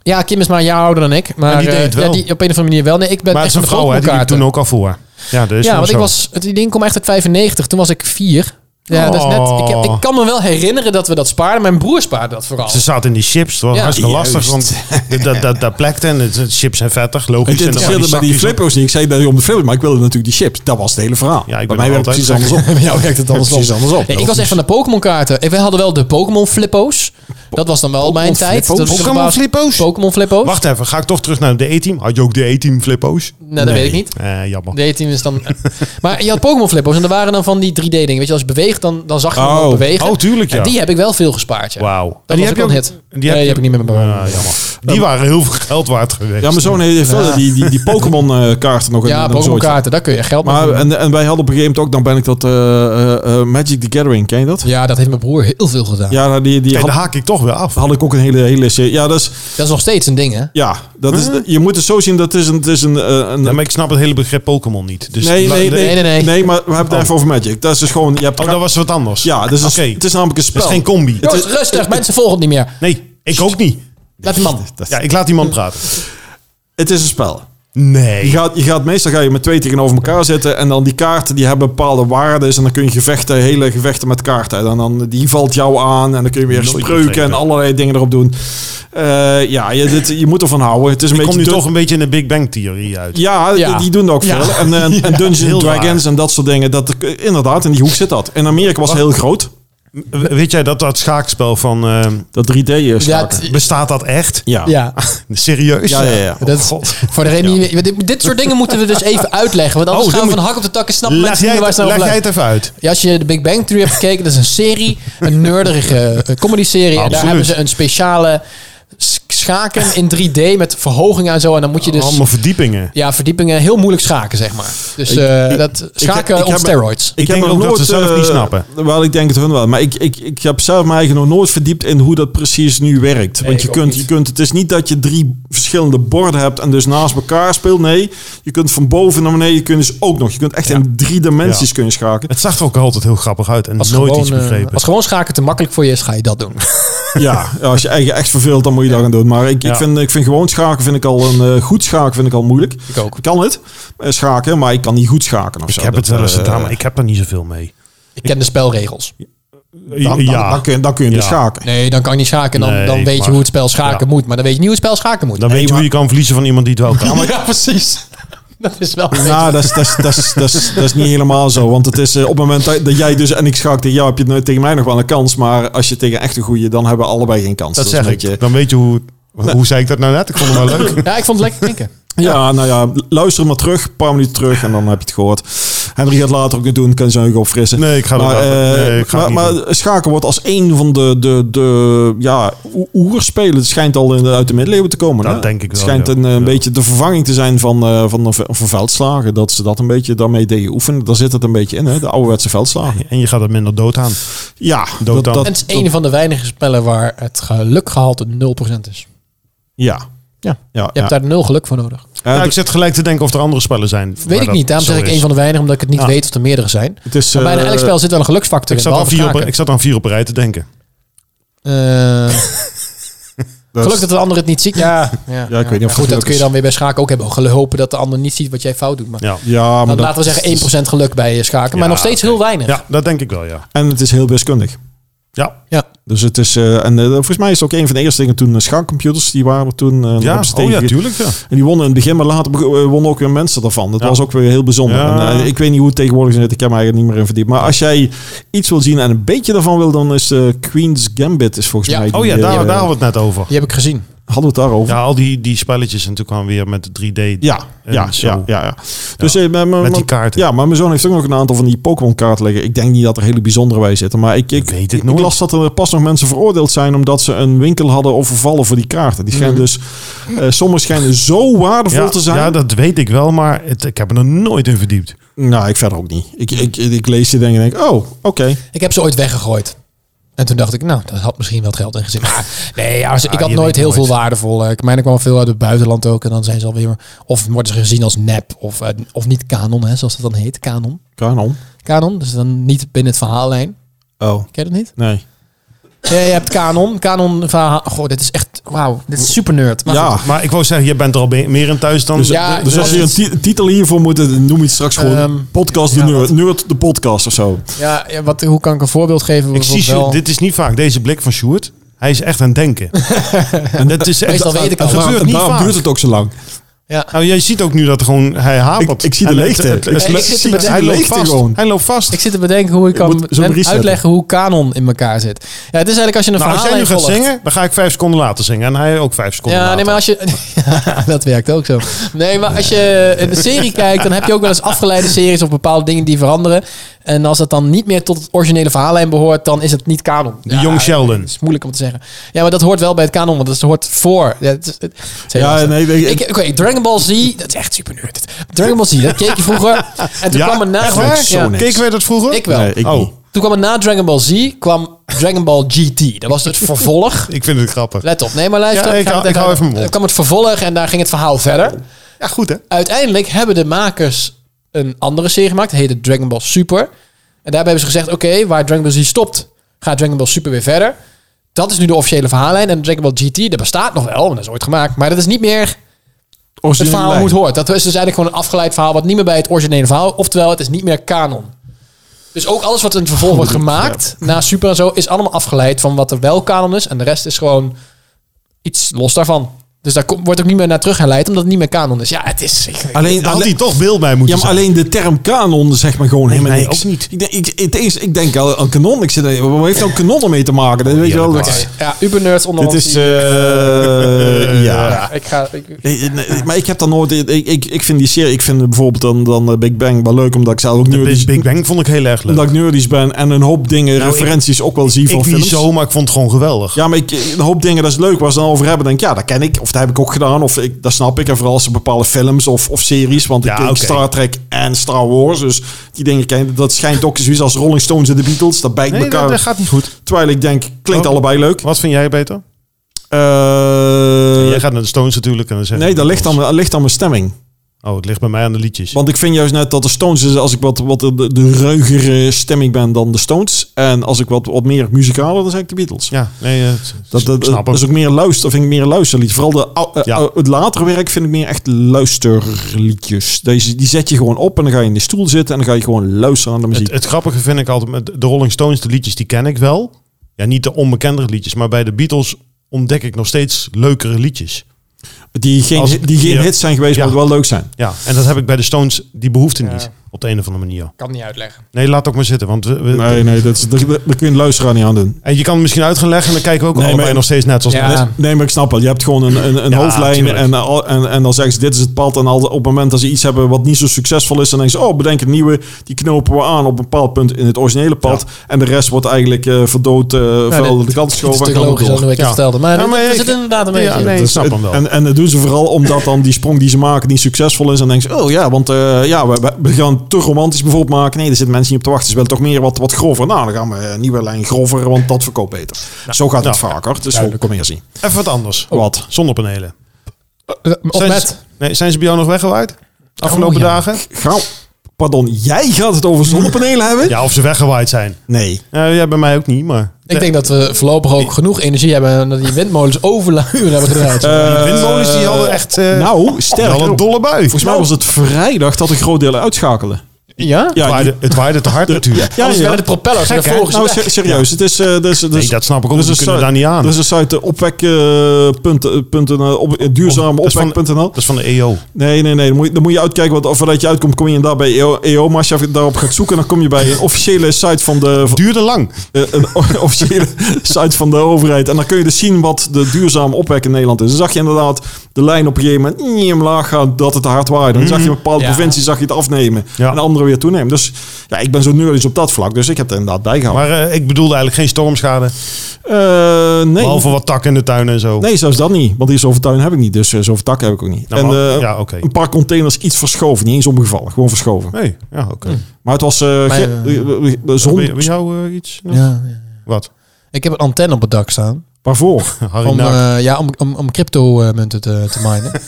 B: Ja, Kim is maar een jaar ouder dan ik. Maar
D: En die
B: eh,
D: deed het wel.
B: Ja, die, op een of andere manier wel. Nee, ik ben
D: Maar het
B: echt
D: is een
B: van de
D: vrouw, hè? Die doet
B: Pokémon-kaarten.
D: toen ook al voor. Ja, dat is
B: Ja,
D: wel
B: want ik
D: zo.
B: was, het die ding kwam echt uit 95. Toen was ik vier. Ja, dat is net, ik, heb- ik kan me wel herinneren dat we dat spaarden. Mijn broer spaarde dat vooral.
D: Ze zaten in die chips. Het was
B: Ja.
D: hartstikke lastig.
C: Juist.
D: Want dat, dat, dat, dat plekte en het- het chips zijn vettig,
C: het
D: logisch. En dan van
C: interesseerde
D: die
C: bij die
D: zakjes.
C: Flippo's niet. Ik zei dat je om de Flippo's, maar ik wilde natuurlijk die chips. Dat was het hele verhaal.
D: Ja,
C: bij
D: ik ben
C: mij
D: er
C: werkt het
D: altijd.
C: precies andersom. Bij jou werkt het
B: andersom.
C: Precies andersom.
B: Nee, ik was echt van de Pokémon-kaarten. En We hadden wel de Pokémon-flippo's. Dat was dan wel mijn tijd.
C: Pokémon-flippo's?
B: Dat was
D: Pokémon
B: gebaseerd-
D: Flippo's?
B: Pokémon-flippo's.
D: Wacht even, ga ik toch terug naar de E-team? Had je ook de E-team Flippo's?
B: Nou, dat weet ik niet.
D: Eh, jammer.
B: De team is dan. maar je had Pokémon Flippos en er waren dan van die 3D-dingen. Weet je, als je beweegt, dan, dan zag je hem
C: Oh.
B: ook bewegen.
D: Oh, tuurlijk ja.
B: En die heb ik wel veel gespaard. Ja.
D: Wauw.
B: Dat
D: die
B: was ook
D: je
B: een
D: ook-
B: hit. nee, die heb ik niet met mijn
D: Ah,
B: broer.
D: jammer. Die waren heel veel geld waard geweest.
C: Eh, Ja, mijn zoon heeft wel die, die, die Pokémon-kaarten nog in
B: ja,
C: in een
B: Pokémon
C: zootje.
B: kaarten, daar kun je geld mee
C: Maar,
B: doen.
C: en, en wij hadden op een gegeven moment ook, dan ben ik dat eh, eh, eh, Magic the Gathering, ken je dat?
B: Ja, dat heeft mijn broer heel veel gedaan.
C: Ja, nou, die, die
D: En
C: had,
D: daar haak ik toch weer af.
C: had ik ook een hele, hele serie. Ja, dat is,
B: Dat is nog steeds een ding, hè?
C: ja, dat is, je moet het zo zien, dat is een... Het is een, eh, een
D: Ja, maar ik snap het hele begrip Pokémon niet. Dus
C: nee, nee, nee,
B: nee, nee, Oh. nee.
C: maar we hebben het even over Magic. Dat is dus gewoon, je hebt...
D: Oh, dat was wat anders.
C: ja, dus
D: Oké.
C: het is namelijk een spel.
D: Dat is geen combi.
B: Jongens, rustig, mensen volgen het niet meer.
D: Nee, ik ook niet.
B: Laat die man.
D: Ja, ik laat die man praten.
C: Het is een spel. Je
D: Nee.
C: gaat, je gaat meestal ga je met twee tegenover elkaar zitten en dan die kaarten die hebben bepaalde waarden en dan kun je gevechten, hele gevechten met kaarten. En dan die valt jou aan en dan kun je weer
D: Nooit
C: spreuken en
D: begrepen.
C: allerlei dingen erop doen. Eh, ja, je, dit, je moet ervan houden. Het is een
D: Ik kom
C: beetje
D: nu
C: dun-
D: toch een beetje in de Big Bang Theory uit.
C: Ja,
B: Ja.
C: die- die doen er ook
B: Ja.
C: veel. En, eh, en Dungeons
D: heel
C: Dragons en dat soort dingen. Dat, inderdaad, in die hoek zit dat. En Amerika was heel groot.
D: W- Weet jij dat dat schaakspel van... eh,
C: Dat 3D is.
B: Ja,
C: Ja,
B: het-
D: bestaat dat echt?
C: ja. ja.
B: Ja,
D: Serieus?
C: Ja, ja, ja.
D: Oh,
B: dat is, voor de reden die- dit, dit soort dingen moeten we dus even uitleggen. Want anders
D: Oh,
B: gaan we
D: dit
B: van hak op de tak en snappen
D: Leg,
B: mensen niet
D: jij,
B: meer waar
D: het-
B: ze over
D: leg jij
B: blijven.
D: het even uit.
B: Ja, als je de Big Bang Theory hebt gekeken, dat is een serie, een nerdige eh, comedy-serie. En daar
D: Absoluut.
B: hebben ze een speciale sch- schaken in 3D met verhogingen en zo. En dan moet je dus
D: Allemaal verdiepingen.
B: ja, verdiepingen heel moeilijk schaken, zeg maar. Dus eh, dat schaken
C: ik heb
B: op
C: me-
B: steroids.
D: Ik denk
C: nog
D: ook dat ze zelf
C: eh,
D: niet snappen.
C: Wel, ik denk het hun wel. Maar ik, ik, ik heb zelf mij eigenlijk nog nooit verdiept in hoe dat precies nu werkt. Want je
B: ik ook
C: kunt,
B: niet.
C: je kunt, het is niet dat je drie verschillende borden hebt en dus naast elkaar speelt. Nee, je kunt van boven naar beneden. Je kunt dus ook nog. Je kunt echt in drie dimensies
D: Ja.
C: kunnen schaken.
D: Het zag er ook altijd heel grappig uit en nooit
B: gewoon,
D: iets
B: eh,
D: begrepen.
B: als gewoon schaken te makkelijk voor je is, ga je dat doen.
C: Ja, als je eigen echt verveelt, dan moet je dat gaan doen. Maar ik, ik,
D: Ja.
C: vind, ik vind gewoon schaken vind ik al een eh, goed schaken vind ik al moeilijk.
B: Ik ook.
C: Ik kan het eh, schaken, maar ik kan niet goed schaken of
D: ik
C: zo.
D: heb het
C: Dat,
D: wel eens
C: eh,
D: gedaan, maar ik heb er niet zoveel mee.
B: Ik ken de spelregels.
C: Dan, dan,
D: ja,
C: dan kun, je- dan kun je dus
D: Ja.
C: schaken.
B: Nee, dan kan ik niet schaken. Dan,
D: Nee,
B: dan weet je
D: maar-
B: hoe het spel schaken
D: Ja.
B: moet. Maar dan weet je niet hoe het spel schaken moet.
D: dan weet je hoe je kan verliezen van iemand die het wel kan.
B: ja, precies. Dat is wel...
C: Nou, dat is, dat, is, dat, is, dat, is, dat is niet helemaal zo. Want het is eh, op het moment dat, dat jij dus en ik schaak tegen jou, heb je nooit tegen mij nog wel een kans. Maar als je tegen echt een goeie, dan hebben we allebei geen kans.
D: Dat
C: is
D: zeg
C: een
D: ik.
C: beetje-
D: Dan weet je hoe... Hoe zei ik dat nou net? Ik vond het wel leuk.
B: Ja, ik vond het lekker klinken.
C: Ja, nou ja, luister maar terug, een paar minuten terug en dan heb je het gehoord. Henry gaat later ook niet doen, kan zijn ook opfrissen.
D: Nee, ik ga dat
C: maar,
D: wel-
C: eh,
D: nee, ik ga
C: maar,
D: het niet
C: maar schaken wordt als een van de, de, de ja, oe- oerspelen. Het schijnt al in de, uit de middeleeuwen te komen.
D: Dat
C: hè?
D: denk ik
C: Het
D: wel,
C: schijnt
D: ja.
C: een, eh,
D: Ja.
C: beetje de vervanging te zijn van, eh, van, de ve- van veldslagen. Dat ze dat een beetje daarmee deden oefenen. Daar zit het een beetje in, hè? de ouderwetse veldslagen.
D: En je gaat er minder dood aan.
C: Ja, dat,
D: Dood dan.
C: dat-
B: En het is een van de weinige spellen waar het gelukgehalte 0% is.
C: ja.
B: Ja.
C: Ja, dus
B: Je hebt daar nul geluk voor nodig.
D: nou,
C: het-
D: ik zit gelijk te denken of er andere spellen zijn.
B: Weet ik niet. Daarom zeg ik een van de weinigen, omdat ik het niet
D: Ja.
B: weet of er meerdere zijn.
C: Het is,
B: Maar bijna
C: eh,
B: elk spel zit wel een geluksfactor
D: Ik
B: in.
D: zat, aan
B: behalve
D: vier op,
B: schaken.
D: ik zat aan vier op een rij te denken.
B: Eh,
C: dat is-
B: Gelukkig dat de ander het niet ziet. Ja, ja, ja,
C: niet of
B: Maar
C: het
B: goed, dat
C: geluk
B: kun je
C: is.
B: dan weer bij schaken ook hebben. Gewoon Hopen dat de ander niet ziet wat jij fout doet. Maar,
D: Ja,
C: Ja, maar
B: Nou,
C: dat-
B: laten we zeggen 1% geluk bij eh, schaken. maar
D: Ja,
B: nog steeds heel weinig.
D: ja dat denk ik wel, ja.
C: En het is heel wiskundig.
D: Ja,
B: Ja.
C: Dus het is, eh, en eh, volgens mij is het ook een van de eerste dingen toen eh, schaakcomputers, die waren er toen. eh, dan
D: ja.
C: hebben ze
D: Oh, ja
C: tegen-
D: tuurlijk. Ja.
C: En die wonnen in het begin, maar later bego- eh, wonnen ook weer mensen ervan. Dat
D: Ja.
C: was ook weer heel bijzonder.
D: Ja.
C: En, eh, ik weet niet hoe het tegenwoordig zit, ik heb me eigenlijk niet meer in verdiept. Maar als jij iets wil zien en een beetje ervan wil, dan is eh, Queen's Gambit is volgens
B: Ja.
C: mij... die,
D: Oh ja, daar,
C: eh,
D: daar hadden we het net over.
B: Die heb ik gezien.
C: Hadden we het daarover?
D: Ja, al die, die spelletjes en toen kwamen we weer met de 3D.
C: Ja,
D: En
C: ja,
D: zo.
C: ja, ja, ja. Dus, eh, mijn- mijn-
D: Met die
C: mijn-
D: kaarten.
C: Ja, maar mijn zoon heeft ook nog een aantal van die Pokémon-kaarten liggen. Ik denk niet dat er hele bijzondere bij zitten. Maar ik, ik,
D: Weet het
C: ik, ik
D: nooit.
C: las dat er pas nog mensen veroordeeld zijn... omdat ze een winkel hadden overvallen voor die kaarten. Die schijnen dus... eh sommige schijnen zo waardevol
D: Mhm. Ja,
C: te zijn.
D: ja, dat weet ik wel, maar het, ik heb er nog nooit in verdiept.
C: Nou, ik verder ook niet. Ik, ik, ik lees die dingen en denk... Oh, oké.
B: Ik heb ze ooit weggegooid. En toen dacht ik, nou, dat had misschien wat geld in gezien. Maar nee, ja, ze-
D: Ja,
B: ik had
D: Ah, je
B: nooit
D: weet
B: heel
D: nooit.
B: veel waardevol. eh, Ik mijn, ik kwam veel uit het buitenland ook. En dan zijn ze alweer... Of worden ze gezien als nep. Of, eh, of niet kanon, hè, zoals dat dan heet. Kanon.
C: Kanon.
B: Kanon, dus dan niet binnen het verhaallijn.
C: Oh,
B: Ken je dat niet?
C: nee.
B: Ja, je hebt Canon. Canon verhaal. Goh, dit is echt. Wauw, dit is super nerd. Maar
C: ja.
D: Maar ik wou zeggen, je bent er al be- meer in thuis dan...
C: Dus,
B: Ja,
C: dus als je een
B: het-
C: ti- titel hiervoor moet, dan noem je het straks gewoon
B: Ehm,
C: podcast de
B: ja,
C: nerd,
B: wat-
C: nerd de podcast of zo.
B: goed. Ja, ja, wat, hoe kan ik een voorbeeld geven?
D: ik zie,
B: Bijvoorbeeld wel-
D: Sjoerd- dit is niet vaak deze blik van Sjoerd. Hij is echt aan het denken. en dat is echt,
B: Meestal weet ik
D: het
B: al.
D: gebeurt
C: en
D: niet
C: daarom
D: vaak.
C: duurt het ook zo lang.
B: ja.
D: Nou, jij ziet ook nu dat er gewoon hij hapert.
C: Ik- ik zie de
D: En het-
C: leegte.
D: het- het-
C: Ik
B: zie-
D: het-
B: ik zit
D: het-
B: te
D: het- Hij
C: bedenken-
D: loopt
C: leegte
D: vast.
C: gewoon.
D: Hij loopt vast.
B: Ik zit te bedenken hoe ik kan
C: moet zo'n
B: men-
C: reset
B: uitleggen hoe Canon in elkaar zit. Ja, het is eigenlijk als je een
D: Nou, als
B: verhaal
D: jij nu gaat zingen, dan ga ik vijf seconden later zingen. En hij ook vijf seconden
B: Ja,
D: later.
B: nee, maar als je. Ja, dat werkt ook zo. Nee, maar als je een serie kijkt, dan heb je ook wel eens afgeleide series of bepaalde dingen die veranderen. En als dat dan niet meer tot het originele verhaallijn behoort, dan is het niet Canon.
D: De Young Sheldon.
B: Dat is moeilijk om te zeggen. Ja, maar dat hoort wel bij het kanon, want dat hoort voor. Ja, het is- het is heel
C: Ja,
B: lastig.
C: nee, nee,
B: ik, oké, Dragon Ball Z, dat is echt super nerd. Dragon Ball Z, dat keek je vroeger. En toen
D: Ja,
B: kwam er na...
D: echt waar?
C: zo
B: Ja.
C: niks.
D: Keken wij dat vroeger?
B: Ik wel.
C: Nee, ik
D: Oh.
C: niet.
B: Toen kwam er na Dragon Ball Z, kwam Dragon Ball GT. Dat was het vervolg.
D: Ik vind het grappig.
B: Let op, nee, maar luister.
D: Ja, ik hou-
B: ga het
D: ik hou even mijn mond.
B: Dan kwam het vervolg en daar ging het verhaal verder.
D: Ja, goed hè?
B: Uiteindelijk hebben de makers een andere serie gemaakt. Die heette Dragon Ball Super. En daarbij hebben ze gezegd, oké, waar Dragon Ball Z stopt, gaat Dragon Ball Super weer verder. Dat is nu de officiële verhaallijn. En Dragon Ball GT, dat bestaat nog wel, want dat is ooit gemaakt. Maar dat is niet meer het verhaal hoe het hoort. Dat is dus eigenlijk gewoon een afgeleid verhaal wat niet meer bij het originele verhaal. Oftewel, het is niet meer kanon. Dus ook alles wat in het vervolg wordt gemaakt, na Super en zo, is allemaal afgeleid van wat er wel kanon is. En de rest is gewoon iets los daarvan. Dus daar komt- wordt ook niet meer naar terug herleid, omdat het niet meer kanon is. Ja, het is... ik-
C: Alleen,
D: Daar had hij
C: alleen,
D: toch beeld bij
C: ja,
D: moeten
C: maar
D: zijn.
C: alleen de term kanon zeg maar gewoon helemaal
D: nee,
C: niks.
D: ook niet.
C: Ik denk, ik, het is, ik denk al aan kanon. Ik zit, eh, wat heeft nou kanon ermee te maken?
D: Oh,
C: Dat weet je wel. Dat is,
B: Ja, ubernerds onder
C: dit
B: ons
C: is...
B: die-
C: eh, ja.
B: ja, ik ga... Ik,
C: Nee, nee, maar ik heb dan nooit. Ik, ik, ik vind die serie. Ik vind bijvoorbeeld dan, dan eh, Big Bang wel leuk. Omdat ik zelf ook
D: Big,
C: nerdisch,
D: Big Bang vond ik heel erg leuk.
C: omdat ik nerdisch ben. En een hoop dingen,
D: Nou, ik-
C: referenties ook wel zie van
D: ik niet
C: films.
D: zo, maar ik vond het gewoon geweldig.
C: Ja, maar ik, een hoop dingen dat is leuk waar ze dan over hebben. Denk ik, ja, dat ken ik. Of dat heb ik ook gedaan. Of ik, dat snap ik. En vooral als ze bepaalde films of, of series. Want
D: Ja,
C: ik keek
D: oké.
C: Star Trek en Star Wars. Dus die dingen ken ik. Dat schijnt ook zoiets als Rolling Stones en de Beatles. Dat bijt
D: nee,
C: elkaar.
D: dat, dat gaat niet goed.
C: Terwijl ik denk, klinkt
D: Oh.
C: allebei leuk.
D: Wat vind jij beter?
C: Eh,
D: jij gaat naar de Stones natuurlijk. En dan zeg
C: nee,
D: ik
C: dat ligt aan,
D: Beatles.
C: dat ligt aan mijn stemming.
D: Oh, het ligt bij mij aan de liedjes.
C: Want ik vind juist net dat de Stones is als ik wat, wat de, de reugere stemming ben dan de Stones. En als ik wat, wat meer muzikaler, dan zijn ik de Beatles.
D: ja, nee, eh, s-
C: Dat, dat,
D: snap
C: dat
D: ik.
C: is ook meer luister, vind ik meer een luisterlied. Vooral de, ou- eh,
D: Ja.
C: ou- het latere werk vind ik meer echt luisterliedjes. Deze, die zet je gewoon op en dan ga je in de stoel zitten en dan ga je gewoon luisteren aan de muziek.
D: Het, het grappige vind ik altijd met de Rolling Stones, de liedjes die ken ik wel. Ja, niet de onbekendere liedjes, maar bij de Beatles ontdek ik nog steeds leukere liedjes.
C: die geen,
D: als-
C: die geen
D: ja.
C: hits zijn geweest,
D: Ja.
C: maar wel leuk zijn.
D: Ja, en dat heb ik bij de Stones, die behoefte niet. Op de een of andere manier.
B: kan niet uitleggen.
D: Nee, laat ook maar zitten. Want we, we-
C: Nee, nee, dat, is, dat, dat kun je een luisteraar niet aan doen.
D: En je kan het misschien uit gaan leggen en dan kijken we ook
C: Nee,
D: allebei
C: maar-
D: nog steeds net zoals
B: Ja.
D: net.
C: Nee, maar ik snap wel. Je hebt gewoon een, een, een
D: Ja,
C: hoofdlijn
D: tuurlijk.
C: en, al- en, en dan zeggen ze dit is het pad. En al, op het moment dat ze iets hebben wat niet zo succesvol is, dan denken ze, oh, bedenk een nieuwe. Die knopen we aan op een bepaald punt in het originele pad. En de rest wordt eigenlijk eh, verdood, eh vuil
B: dit-
C: de kant
B: Het is
C: geschoven. en
B: natuurlijk
C: gaan we
B: logisch
C: door.
B: dan hoe ik het
D: Ja.
B: vertelde. Maar,
D: Ja, maar
B: er
D: ik-
B: zit inderdaad een
D: Ja,
B: beetje...
D: nee.
C: Dat
D: ik snap
C: het-
D: hem wel.
C: En, en dat doen ze vooral omdat dan die sprong die ze maken niet succesvol is. En dan denken ze, oh ja, want eh, ja, we, we- we gaan het te romantisch bijvoorbeeld maken. Nee, er zitten mensen niet op te wachten. Ze willen toch meer wat, wat grover. Nou, dan gaan we een nieuwe lijn grover, want dat verkoopt beter. Zo gaat het
D: nou,
C: vaker. Dus kom meer zien.
D: Even wat anders.
C: Wat?
D: Zonnepanelen.
B: Of
D: Zijn
B: met...
D: ze- Nee, zijn ze bij jou nog weggewaaid? Afgelopen
B: ja.
D: dagen?
C: Gauw. Pardon, jij gaat het over zonnepanelen hebben?
D: Ja, of ze weggewaaid zijn.
C: Nee.
D: Nou, ja, bij mij ook niet, maar...
B: Ik denk dat we voorlopig ook genoeg energie hebben... en dat die windmolens overluren hebben gedraaid.
D: Die windmolens die hadden echt... eh
C: Eh, Nou,
D: die
C: sterker.
D: hadden een
C: nog,
D: dolle bui.
C: Volgens mij was het vrijdag dat een groot deel uitschakelen.
B: ja?
D: het,
C: Ja,
D: waaide, het waaide te hard natuurlijk.
C: ja,
B: Anders
C: ja.
B: werden de propellers
D: Gek,
B: naar
D: hè?
B: voren
C: Nou,
B: gezet.
C: se- serieus. Het is, eh, dus, dus,
D: Nee, dat snap ik ook.
C: dus
D: Dus we
C: een
D: kunnen
C: site-
D: daar niet aan.
C: Er is een site, eh, opwek.nl, eh, duurzame
D: dat is van-
C: opwek.nl.
D: dat is van de EO.
C: Nee, nee, nee. Dan moet je, dan moet je uitkijken. Want voordat je uitkomt, kom je daar bij E EO. EO maar als je daarop gaat zoeken, dan kom je bij een officiële site van de, van-
D: Duurde lang.
C: eh, een o- officiële site van de overheid. En dan kun je dus zien wat de duurzame opwek in Nederland is. Dan zag je inderdaad de lijn op een gegeven moment niet omlaag gaan dat het te hard waaide. Dan zag je een bepaalde
B: Ja.
C: provincie zag je het afnemen.
D: Mhm. Ja.
C: En de andere weer toenemen. Dus ja, ik ben zo neurisch op dat vlak. Dus ik heb het inderdaad bijgehouden.
D: Maar eh, ik bedoelde eigenlijk geen stormschade.
C: Eh, nee.
D: Behalve wat takken in de tuin en zo.
C: Nee, zelfs dat niet. Want die zoveel tuin heb ik niet. Dus eh, zoveel takken heb ik ook niet.
D: Nou,
C: en
D: maar-
C: eh,
D: ja, oké.
C: een paar containers iets verschoven. Niet eens omgevallen. Gewoon verschoven.
D: Nee, ja, oké.
C: Maar het was eh,
B: Maar,
C: ge-
B: eh,
C: eh, eh, eh,
D: Zon...
C: zon.
D: Bij, bij jou eh, iets?
B: Ja, ja.
D: Wat?
B: Ik heb een antenne op het dak staan.
C: Waarvoor?
D: Harry
B: Om,
D: Naak.
B: eh, ja, om, om, om crypto-munten te, te minen.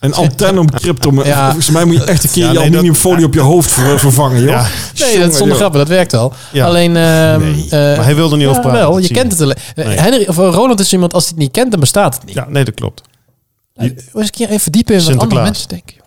C: Een antenne om crypto. maar
B: Ja.
C: Volgens mij moet je echt een keer
D: Ja, nee,
C: je
D: dat-
C: aluminiumfolie op je hoofd ver- vervangen, joh.
D: Ja.
B: Nee, dat is zonder grappen. Dat werkt al.
D: Ja.
B: Alleen... ehm, eh,
D: maar hij wilde niet over
B: ja,
D: praten.
B: wel,
D: dat
B: je
D: zie
B: kent het alleen. Eh,
D: Nee.
B: Henry, of eh, Roland is iemand, als hij het niet kent, dan bestaat het niet.
D: Ja, nee, dat klopt.
B: Nou, Hoe is ik hier even verdiepen in wat andere
D: Sinterklaas.
B: mensen denken? joh.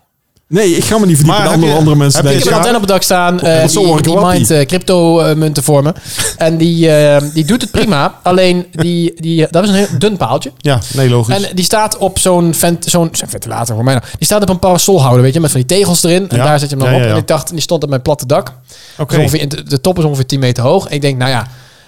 C: Nee, ik ga me niet verdiepen
D: Maar
C: in
D: heb
C: andere,
D: je-
C: andere mensen.
D: heb je
B: Ik heb
C: denken.
B: een antenne
C: Ja,
B: op het dak staan. eh,
C: dat is
B: die
C: onwerkelijk
B: die
C: wappie.
B: mindt crypto-munten voor me. En die, eh, die doet het prima. Alleen, die, die, dat is een heel dun paaltje.
D: Ja, nee, logisch.
B: En die staat op zo'n vent, zo'n zo'n ventilator voor mij. nou. Die staat op een parasolhouder, weet je, met van die tegels erin. En
D: Ja.
B: daar zet je hem dan
D: Ja,
B: op.
D: ja, ja.
B: En ik dacht, en die stond op mijn platte dak.
D: Oké.
B: Dus ongeveer, in de- de top is ongeveer 10 meter hoog. En ik denk, nou ja,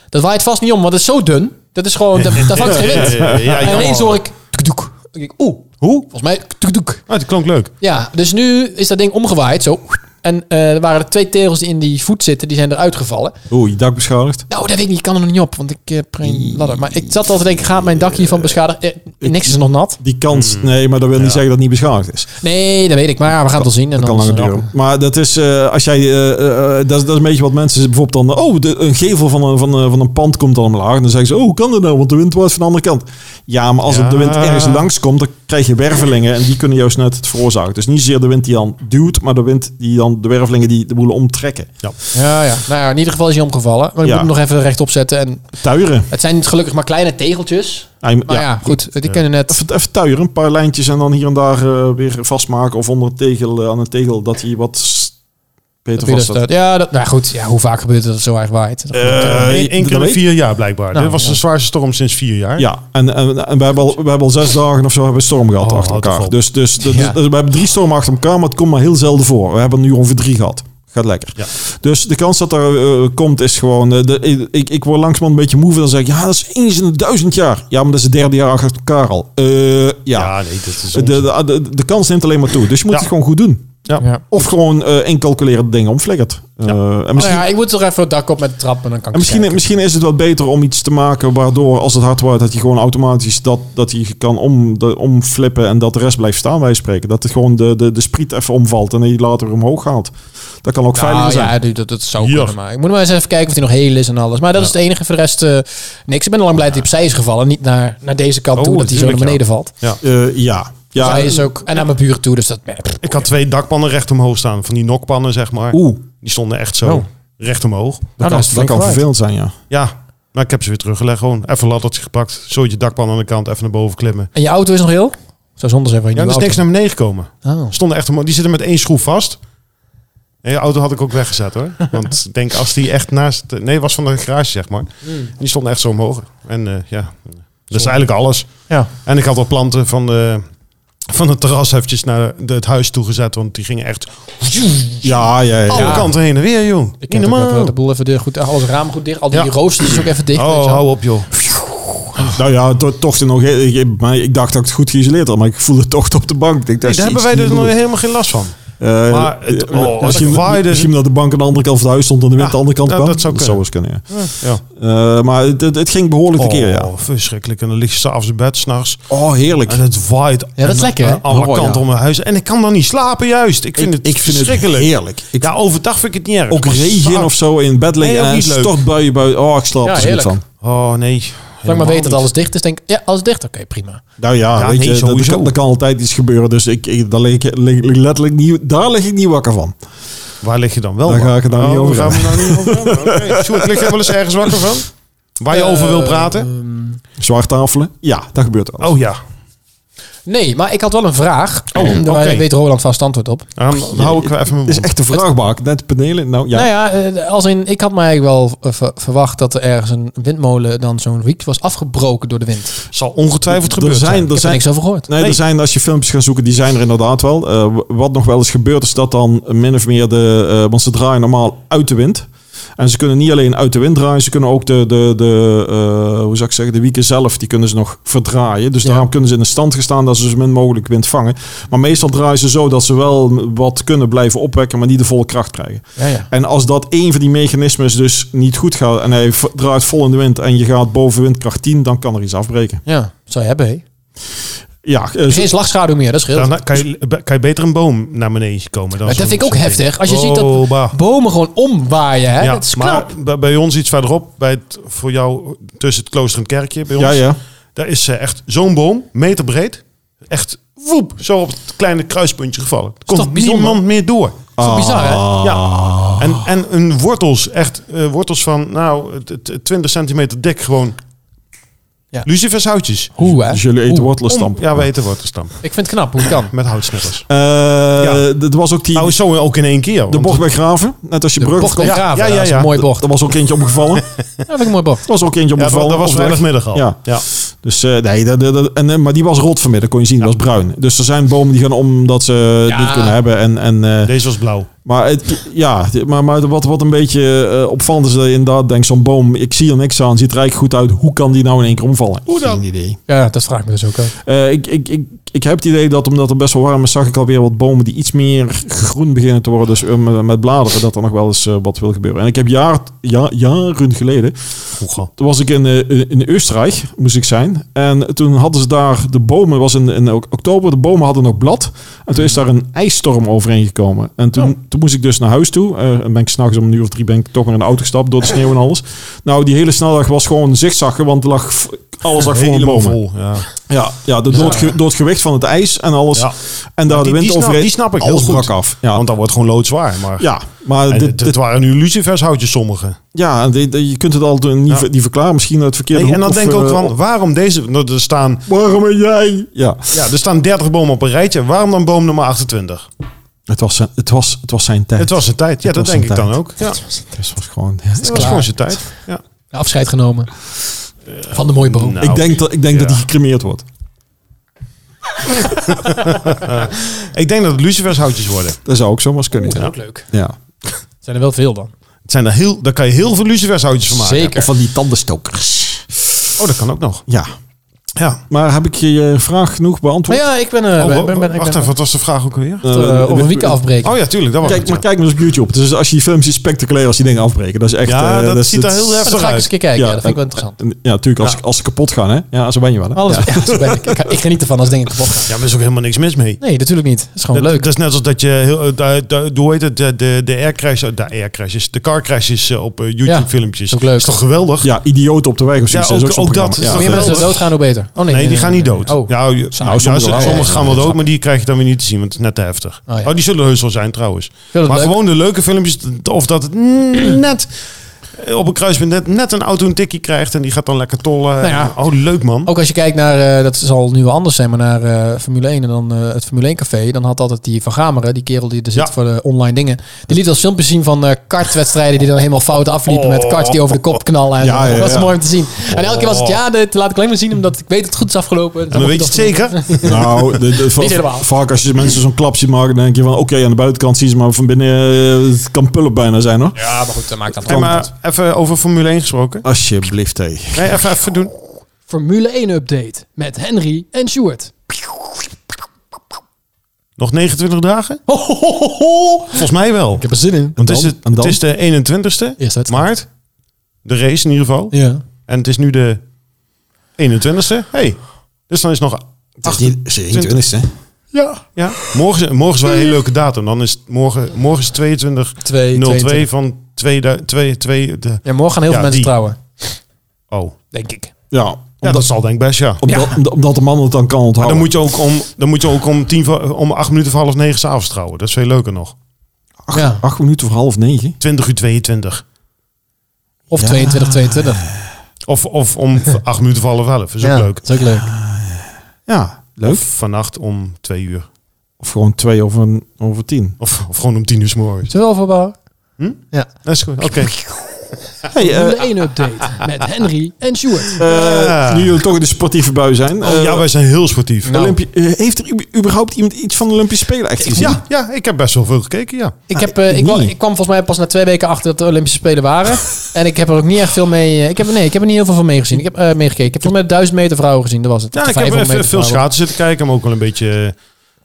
B: dat waait vast niet om, want het is zo dun. Dat is gewoon, dat, dat vangt geen wind.
D: Ja, ja, ja, Oh,
B: en ineens
D: jammer.
B: hoor ik, toek-toek. Ik denk, oeh,
D: Hoe?
B: volgens mij, toek-toek.
D: Ah, het klonk leuk.
B: Ja, dus nu is dat ding omgewaaid, zo. En eh, er waren er twee tegels die in die voet zitten, die zijn eruit gevallen.
C: Oei, dak beschadigd.
B: Nou, dat weet ik niet, ik kan er nog niet op, want ik eh, heb geen ladder. Maar ik zat al te denken, gaat mijn dak hiervan beschadigen? Eh, niks is nog nat.
C: Die kans,
D: Hmm.
C: nee, maar dat wil niet zeggen dat het niet beschadigd is.
B: Nee, dat weet ik. Maar ja, we gaan het wel zien. En
C: Dat kan
B: dan
C: langer
B: is het
C: duren. Maar dat is, eh, als jij, eh, eh, eh, dat, is- dat is een beetje wat mensen bijvoorbeeld dan, oh, de, een gevel van een, van, een, van een pand komt dan omlaag. En dan zeggen ze, oh, hoe kan dat nou? Want de wind waait van de andere kant. Ja, maar als
D: Ja.
C: de wind ergens langs komt, dan krijg je wervelingen. En die kunnen juist net het veroorzaken. Dus niet zozeer de wind die dan duwt, maar de wind die dan de wervelingen die de boel omtrekken.
B: Ja, ja. Nou ja, in ieder geval is hij omgevallen. Maar ik
C: Ja.
B: moet hem nog even rechtop zetten. En
C: Tuieren.
B: het zijn gelukkig maar kleine tegeltjes.
C: Ja, je-
B: Maar Nou ja,
C: ja.
B: goed. Die kunnen net...
C: Even, even tuieren, een paar lijntjes en dan hier en daar eh, weer vastmaken. Of onder een tegel, eh, aan een tegel, dat hij wat s- beter vast staat.
B: Ja, dat, nou goed. Ja, hoe vaak gebeurt het dat het zo erg waait? Dat gebeurt er.
C: Eh,
D: Eén keer
C: dat
D: in
C: weet-
D: vier jaar blijkbaar.
B: Nou,
D: Dit was
B: ja.
D: de zwaarste storm sinds vier jaar.
C: Ja, en, en, en we, hebben al, we hebben al zes dagen of zo hebben we storm gehad
D: Oh,
C: achter
D: houd toch
C: elkaar.
D: op.
C: Dus, dus, dus-
B: Ja.
C: dus we hebben drie stormen achter elkaar, maar het komt maar heel zelden voor. We hebben nu ongeveer drie gehad. Gaat lekker.
D: Ja.
C: Dus de kans dat er eh, komt is gewoon... eh, de, ik- ik, ik word langzamerhand een beetje moe. van, Dan zeg ik, ja, dat is eens in de duizend jaar. Ja, maar dat is het derde jaar achter elkaar al. Eh, ja,
D: Ja, nee, dat is
C: de,
D: onzin.
C: de, de, de kans neemt alleen maar toe. Dus je moet
D: Ja.
C: het gewoon goed doen.
D: Ja.
B: Nou Ja.
C: Of gewoon eh incalculeren dat dingen omflikkert. Eh, en
B: Nou
C: misschien,
B: ja, ik moet toch even het dak op met de trap en dan kan
C: en
B: ik
C: misschien,
B: kijken.
C: misschien is het wat beter om iets te maken waardoor als het hard wordt, dat je gewoon automatisch dat, dat je kan om, de, omflippen en dat de rest blijft staan, wij spreken. Dat het gewoon de, de, de spriet even omvalt en dat je die later weer omhoog haalt. Dat kan ook veiliger
B: Nou,
C: zijn.
B: ja, die- dat, dat zou
D: Ja.
B: kunnen, maar ik moet maar eens even kijken of hij nog heel is en alles. Maar dat is het enige. Voor de rest eh, niks. Ik ben al lang blij dat hij opzij is gevallen. Niet naar, naar deze kant
D: Oh,
B: toe, dat hij zo naar
D: tuurlijk,
B: beneden valt.
C: Eh, ja.
B: Ja,
C: ja.
B: hij is ook, en naar mijn buren toe, dus dat...
D: Ik had twee dakpannen recht omhoog staan. Van die nokpannen, zeg maar.
C: Oeh,
D: Die stonden echt zo
B: Oh.
D: recht omhoog.
C: dat
B: dat
C: kan,
B: is
C: dat
B: flink
C: kan
B: kwijt.
C: vervelend zijn, ja.
D: Ja, maar ik heb ze weer teruggelegd. Gewoon even laddertje gepakt. Zootje dakpan aan de kant. Even naar boven klimmen.
B: En je auto is nog heel? Zo zonder zijn van je
D: Ja, er is
B: nieuwe
D: niks naar beneden gekomen.
B: auto. Oh.
D: Stonden echt omhoog. Die zitten met één schroef vast. En je auto had ik ook weggezet hoor. Want ik denk als die echt naast... Nee, was van de garage zeg maar. Die stonden echt zo omhoog. En eh, ja, dat is eigenlijk alles.
B: Ja.
D: En ik had al planten van, de, van het terras eventjes naar de- het huis toegezet. Want die gingen echt
C: Ja, ja, ja.
D: alle
C: ja.
D: kanten heen en weer, joh.
B: Ik
D: Niet
B: ken het ook wel,
D: normaal.
B: de boel even dicht, goed, alles raam goed dicht. Al die
D: Ja.
B: roosters ook even dicht. weet
D: Oh,
B: je wel.
D: hou op, joh.
C: Nou ja, to- toch nog... Ik, ik- maar ik dacht dat ik het goed geïsoleerd had, maar ik voelde het toch op de bank. Ik Denk, dat
D: Daar
C: is
D: hebben
C: iets
D: wij dus
C: niet
D: nog
C: goed.
D: helemaal geen last van.
C: Eh,
D: Maar het-
C: eh,
D: oh,
C: misschien,
D: het waaide-
C: misschien dat de bank aan de andere kant van het huis stond en de wind
D: Ja,
C: de andere kant
D: dat-
C: kwam.
D: dat zou
C: eens kunnen, ja.
D: Ja.
C: Eh, maar het, het- het ging behoorlijk
D: Oh,
C: tekeer, ja.
D: verschrikkelijk. En dan ligt je s'avonds in bed, s'nachts.
C: Oh, heerlijk.
D: En het waait
B: Ja, dat is
D: aan-
B: lekker, hè?
D: aan alle
C: Oh, ja.
D: kanten om mijn huis. En ik kan dan niet slapen, juist. Ik vind het verschrikkelijk.
C: heerlijk. Ik,
D: ja, overdag vind ik het niet erg.
C: ook
D: maar
C: regen
D: s'nachts-
C: of zo in bed liggen
D: Nee, ook
C: en
D: niet leuk.
C: stortbuien buiten. Oh, ik slaap
B: Ja,
C: er zo goed
B: heerlijk.
C: van.
D: Oh, nee.
B: Zolang ik maar
D: helemaal
B: weet dat
D: niet.
B: alles dicht is, denk ik, ja, alles dicht, oké, prima.
C: Nou ja, weet
D: Ja, nee,
C: je, dat- dat
D: sowieso.
C: kan, er kan altijd iets gebeuren. Dus ik, ik, daar, lig ik, lig- lig letterlijk niet, daar lig ik niet wakker van.
D: Waar lig je dan wel
C: Daar
D: wakker?
C: ga ik het nou
D: Oh,
C: niet over
D: daar gaan we nou niet over hebben. Oké. Sjoerd, lig jij wel eens ergens wakker van? Waar je over wil
B: Eh,
D: praten?
C: Zwaar tafelen? Ja, dat gebeurt wel.
D: Oh ja.
B: Nee, maar ik had wel een vraag.
D: Oh,
B: daar
D: oké.
B: weet Roland vast antwoord op.
D: Dan hou ik even mijn
C: Het is
D: mond.
C: echt een vraagbaak. Net panelen. Nou ja,
B: Nou ja, eh, als in, ik had mij eigenlijk wel eh, ver- verwacht dat er ergens een windmolen dan zo'n wiek was afgebroken door de wind. Ik
D: Zal ongetwijfeld
C: er
D: gebeurd zijn.
C: zijn, er
B: heb er
C: zijn
B: niks over gehoord.
C: Nee, er zijn, als je filmpjes gaat zoeken, die zijn er inderdaad wel. Eh, w- wat nog wel eens gebeurt, is dat dan min of meer de... eh, want ze draaien normaal uit de wind. En ze kunnen niet alleen uit de wind draaien, ze kunnen ook de, de, de eh, hoe zou ik zeggen, de wieken zelf, die kunnen ze nog verdraaien. Dus
B: Ja.
C: daarom kunnen ze in een stand gestaan dat ze zo min mogelijk wind vangen. Maar meestal draaien ze zo dat ze wel wat kunnen blijven opwekken, maar niet de volle kracht krijgen.
B: Ja, ja.
C: En als dat één van die mechanismes dus niet goed gaat en hij v- draait vol in de wind en je gaat boven windkracht 10, dan kan er iets afbreken.
B: Ja, dat zou je hebben, hé.
C: Ja, eh,
D: Dus-
B: Geen slagschaduw meer, dat scheelt.
D: Dan kan je, kan je beter een boom naar beneden komen. Dan
B: Maar dat
D: zo'n-
B: vind ik ook
D: zo'n
B: heftig.
D: ding.
B: Als je ziet dat
D: Oh, bah.
B: bomen gewoon omwaaien, hè.
D: Ja,
B: dat is knap.
D: maar bij, bij ons iets verderop, bij het, voor jou tussen het klooster en het kerkje, bij ons,
C: ja, ja.
D: daar is eh, echt zo'n boom, meter breed, echt woep, zo op het kleine kruispuntje gevallen. Er
B: toch
D: komt
B: bijzonder? Oh.
D: niemand meer door.
B: Dat is toch bizar, hè?
D: Oh, Ja. En, en een wortels, echt eh, wortels van nou, t- t- 20 centimeter dik, gewoon
B: Ja.
D: lucifershoutjes.
B: Hoe, hè?
C: Dus jullie eten
B: Hoe?
C: wortelen stamp.
D: Ja, we eten wortelstamp
B: Ik vind het knap, hoe het kan.
D: met houtsnippers.
C: Eh,
D: Ja.
C: d- Er was ook die,
D: Nou, zo ook in één keer.
C: de
D: want-
C: bocht bij Graven. Net als je
B: De
C: brug
B: bocht
C: komt.
B: bij
D: Ja,
B: Graven,
D: ja, ja,
B: dat is
D: ja.
B: een mooie
C: Er
B: bocht.
C: was ook eentje omgevallen. Er
B: Ja, vind ik een mooie bocht.
C: was ook eentje
D: Ja, dat,
C: omgevallen.
D: dat was
C: op de weg.
D: vrijdagmiddag al.
C: Ja.
D: ja.
C: Dus eh, nee, dat, dat- dat- en, eh, maar die was rot vanmiddag, kon je zien. Die was bruin. Dus er zijn bomen die gaan om omdat ze het
B: Ja.
C: niet kunnen hebben. En, en, eh,
D: Deze was blauw.
C: maar het, ja, maar, maar wat, wat een beetje eh, opvallend is dat je inderdaad denkt, zo'n boom, ik zie er niks aan, ziet er eigenlijk goed uit. Hoe kan die nou in één keer omvallen? Hoe dan? Geen idee.
B: Ja, dat vraag ik me dus ook af.
C: Eh, ik, ik, ik, ik heb het idee dat omdat het best wel warm is, zag ik alweer wat bomen die iets meer groen beginnen te worden. Dus eh, met- met bladeren, dat er nog wel eens eh, wat wil gebeuren. En ik heb jaar, ja, jaren geleden,
D: Vroeger.
C: toen was ik in, eh, in Oostenrijk, moest ik zijn. En toen hadden ze daar de bomen, was in, in ok- oktober, de bomen hadden nog blad. En toen is daar een ijsstorm overheen gekomen. En toen, toen moest ik dus naar huis toe. Eh, en ben ik s'nachts om een uur of drie ben ik toch weer in de auto gestapt door de sneeuw en alles. Nou, die hele snelweg was gewoon zichtzakken, want er lag, v- alles lag vol in
D: Helemaal
C: bomen.
D: vol. Ja.
C: Ja, ja, de, door, het ge- door het gewicht van het ijs en alles.
D: Ja.
C: En daar
D: die-
C: de wind
D: die snap-
C: overheen.
D: die snap ik heel
C: alles
D: goed.
C: brak af. Ja,
D: Want dat wordt gewoon loodzwaar. Maar
C: ja maar
D: En
C: dit,
D: het,
C: dit-
D: het waren nu lucifershoutjes sommige.
C: ja, en dit- je kunt het al doen- niet,
D: Ja.
C: ver- niet verklaren. Misschien uit het verkeerde
D: Nee, en
C: hoek
D: dan
C: of,
D: denk ik ook
C: eh,
D: van,
C: of-
D: waarom deze... Nou, er, staan,
C: Waarom ben jij? Ja,
D: ja, er staan 30 bomen op een rijtje. Waarom dan boom nummer 28?
C: het was zijn, het was, het was zijn tijd.
D: Het was zijn tijd. Ja,
C: Het
D: dat
C: was
D: denk ik
C: zijn
D: dan
C: tijd.
D: ook. Ja,
C: Het was gewoon...
D: het was
B: klaar.
D: gewoon zijn tijd. Ja.
B: Afscheid genomen van de mooie boom.
D: nou.
C: Oh, ik denk dat, ik denk dat
D: ja.
C: hij gecremeerd wordt.
D: Ik denk dat het lucifershoutjes worden.
C: Dat zou ook zomaar kunnen.
B: Oeh, dat is
C: ja.
B: ook leuk. Het zijn er wel veel dan.
D: Het zijn er heel, daar kan je heel veel lucifershoutjes van maken.
B: Zeker.
C: Of van die tandenstokers.
D: Oh, dat kan ook nog.
C: Ja.
D: Ja.
C: Maar heb ik je eh, vraag genoeg
B: Maar
C: beantwoord?
B: ja, ik ben... eh,
D: Oh,
B: ben, ben, ben, ik
D: wacht
B: ben-
D: even, wat was de vraag ook alweer?
C: Eh,
B: eh, op een wieken afbreken.
D: Oh ja, tuurlijk. Dat was
C: Kijk,
D: het,
C: maar
D: ja.
C: kijk maar eens op YouTube. Dus als je die films ziet, spectaculair als die dingen afbreken. Dat is echt...
D: Ja,
C: eh,
D: dat
C: is-
D: ziet er heel
B: Maar dan ga ik eens een keer kijken. Ja, dat vind ik wel interessant.
C: En- Ja, natuurlijk. Als,
D: Ja.
C: ik- als ze kapot gaan, hè? Ja, zo ben je wel. Hè?
B: Alles, ja. zo ben ik. Ik, ik geniet ervan als dingen kapot gaan.
D: ja, maar er is ook helemaal niks mis mee.
B: Nee, natuurlijk niet. Het is gewoon
D: Dat,
B: Oh, leuk.
D: dat is net als dat je heel, eh, da- da- hoe heet het, de, de, de aircrash, eh, de aircrashes, de carcrashes eh, op eh, YouTube filmpjes.
B: is ook leuk.
D: Is toch geweldig?
C: Ja, idioten op de weg of zoiets.
D: Ja,
C: is
D: ook-
C: zo'n
D: ook
C: programma.
D: dat is
C: Ja.
B: Hoe meer mensen
D: geweldig.
B: doodgaan, hoe beter. Oh, nee,
D: Nee, die gaan niet
B: nee.
D: dood.
B: Oh.
D: Ja, je-
C: Nou,
D: ja,
C: sommige
D: ze-
C: wel.
D: sommige gaan wel
C: Ja,
D: dood, maar die krijg je dan weer niet te zien, want het is net te heftig.
B: Oh,
D: Oh,
B: ja.
D: die zullen heus wel zijn trouwens.
B: Veel
D: Maar
B: leuk.
D: gewoon de leuke filmpjes, of dat het net eh, op een kruispunt net, net een auto een tikkie krijgt en die gaat dan lekker tollen.
B: Nou ja.
D: Oh, leuk man.
B: Ook als je kijkt naar, eh, dat zal nu wel anders zijn, maar naar eh, Formule 1 en dan eh, het Formule 1 café. Dan had altijd die Van Gameren, die kerel die er zit
D: Ja.
B: voor de online dingen. Die liet wel filmpjes zien van eh, kartwedstrijden die dan helemaal fout afliepen met karts die over de kop knallen. En
C: Ja,
B: zo.
C: ja,
B: dat was
C: ja.
B: mooi om te zien. En elke keer was het, ja, dit laat ik alleen maar zien omdat ik weet dat het goed is afgelopen.
D: Oh. En dan weet je het zeker.
C: Nou, de, de- va-
B: helemaal.
C: vaak als je mensen zo'n klap ziet maken, dan denk je van... Oké, aan de buitenkant zien ze, maar van binnen eh, het kan pulp bijna zijn, hoor.
B: Ja, maar goed, dat maakt dat
D: Hey, maar even over Formule 1 gesproken.
C: Alsjeblieft, hé.
D: Nee, even, even doen.
B: Formule 1 update met Henry en Stuart.
D: Nog 29 dagen?
B: Ho, ho, ho, ho, ho.
D: Volgens mij wel.
B: Ik heb er zin in.
D: Want
C: En
D: het, is
C: dan?
D: het,
C: En
D: het
C: dan?
D: is de 21ste
B: Eerst het.
D: maart. De race in ieder geval.
B: Ja.
D: En het is nu de 21ste. Hey, dus dan is nog... acht-
C: hè?
D: Ja. ja. Morgen, is- morgen is wel een hele leuke datum. Dan is het morgen, morgen is 22
B: Twee,
D: 02 van 2000 twee- twee- de-
B: Ja, morgen gaan heel
D: Ja,
B: veel mensen
D: die.
B: trouwen.
D: Oh,
B: Denk ik.
C: Ja, omdat, Oh.
D: Ja, dat zal denk ik best, ja.
C: omdat, omdat- omdat de man het dan kan
D: Maar
C: onthouden.
D: dan moet je ook om, dan moet je ook om, tien, voor- om acht minuten voor half negen s'avonds trouwen. Dat is veel leuker nog.
C: acht,
B: Ja.
C: acht minuten voor half negen.
D: 20 uur 22.
B: Of
C: Ja.
B: 22, 22.
D: Of, of om acht minuten voor half elf. Is ook
C: Ja.
D: leuk.
B: Dat is ook leuk.
C: Ja, leuk.
D: Of
C: Of,
D: vannacht om twee uur.
C: gewoon twee over, over tien.
D: Of, of gewoon om tien uur 's morgens.
B: Zullen we overbouwen?
D: Hm? Dat is goed. Oké.
C: Hey, eh,
B: Formule 1 update met Henry en Stuart.
C: eh,
D: Ja.
C: Nu jullie toch in de sportieve bui zijn.
D: Oh,
C: eh,
D: ja, wij zijn heel sportief.
B: Nou.
C: Olympi- eh, heeft er u- überhaupt iemand iets van de Olympische Spelen echt gezien?
D: Ja, ja, ik heb best wel veel gekeken, ja.
B: Ik, heb, eh, ik, kwam,
C: niet.
B: ik kwam volgens mij pas na twee weken achter dat de Olympische Spelen waren. en ik heb er ook niet echt veel mee... eh, Ik heb, nee, ik heb er niet heel veel van meegezien. Ik heb eh, meegekeken. Ik heb volgens mij de 1000 meter vrouwen gezien. Dat was het.
D: Ja,
B: Of de
D: ik heb
B: 500
D: even
B: meter
D: veel
B: vrouwen.
D: schaatsen zitten kijken, maar ook wel een beetje...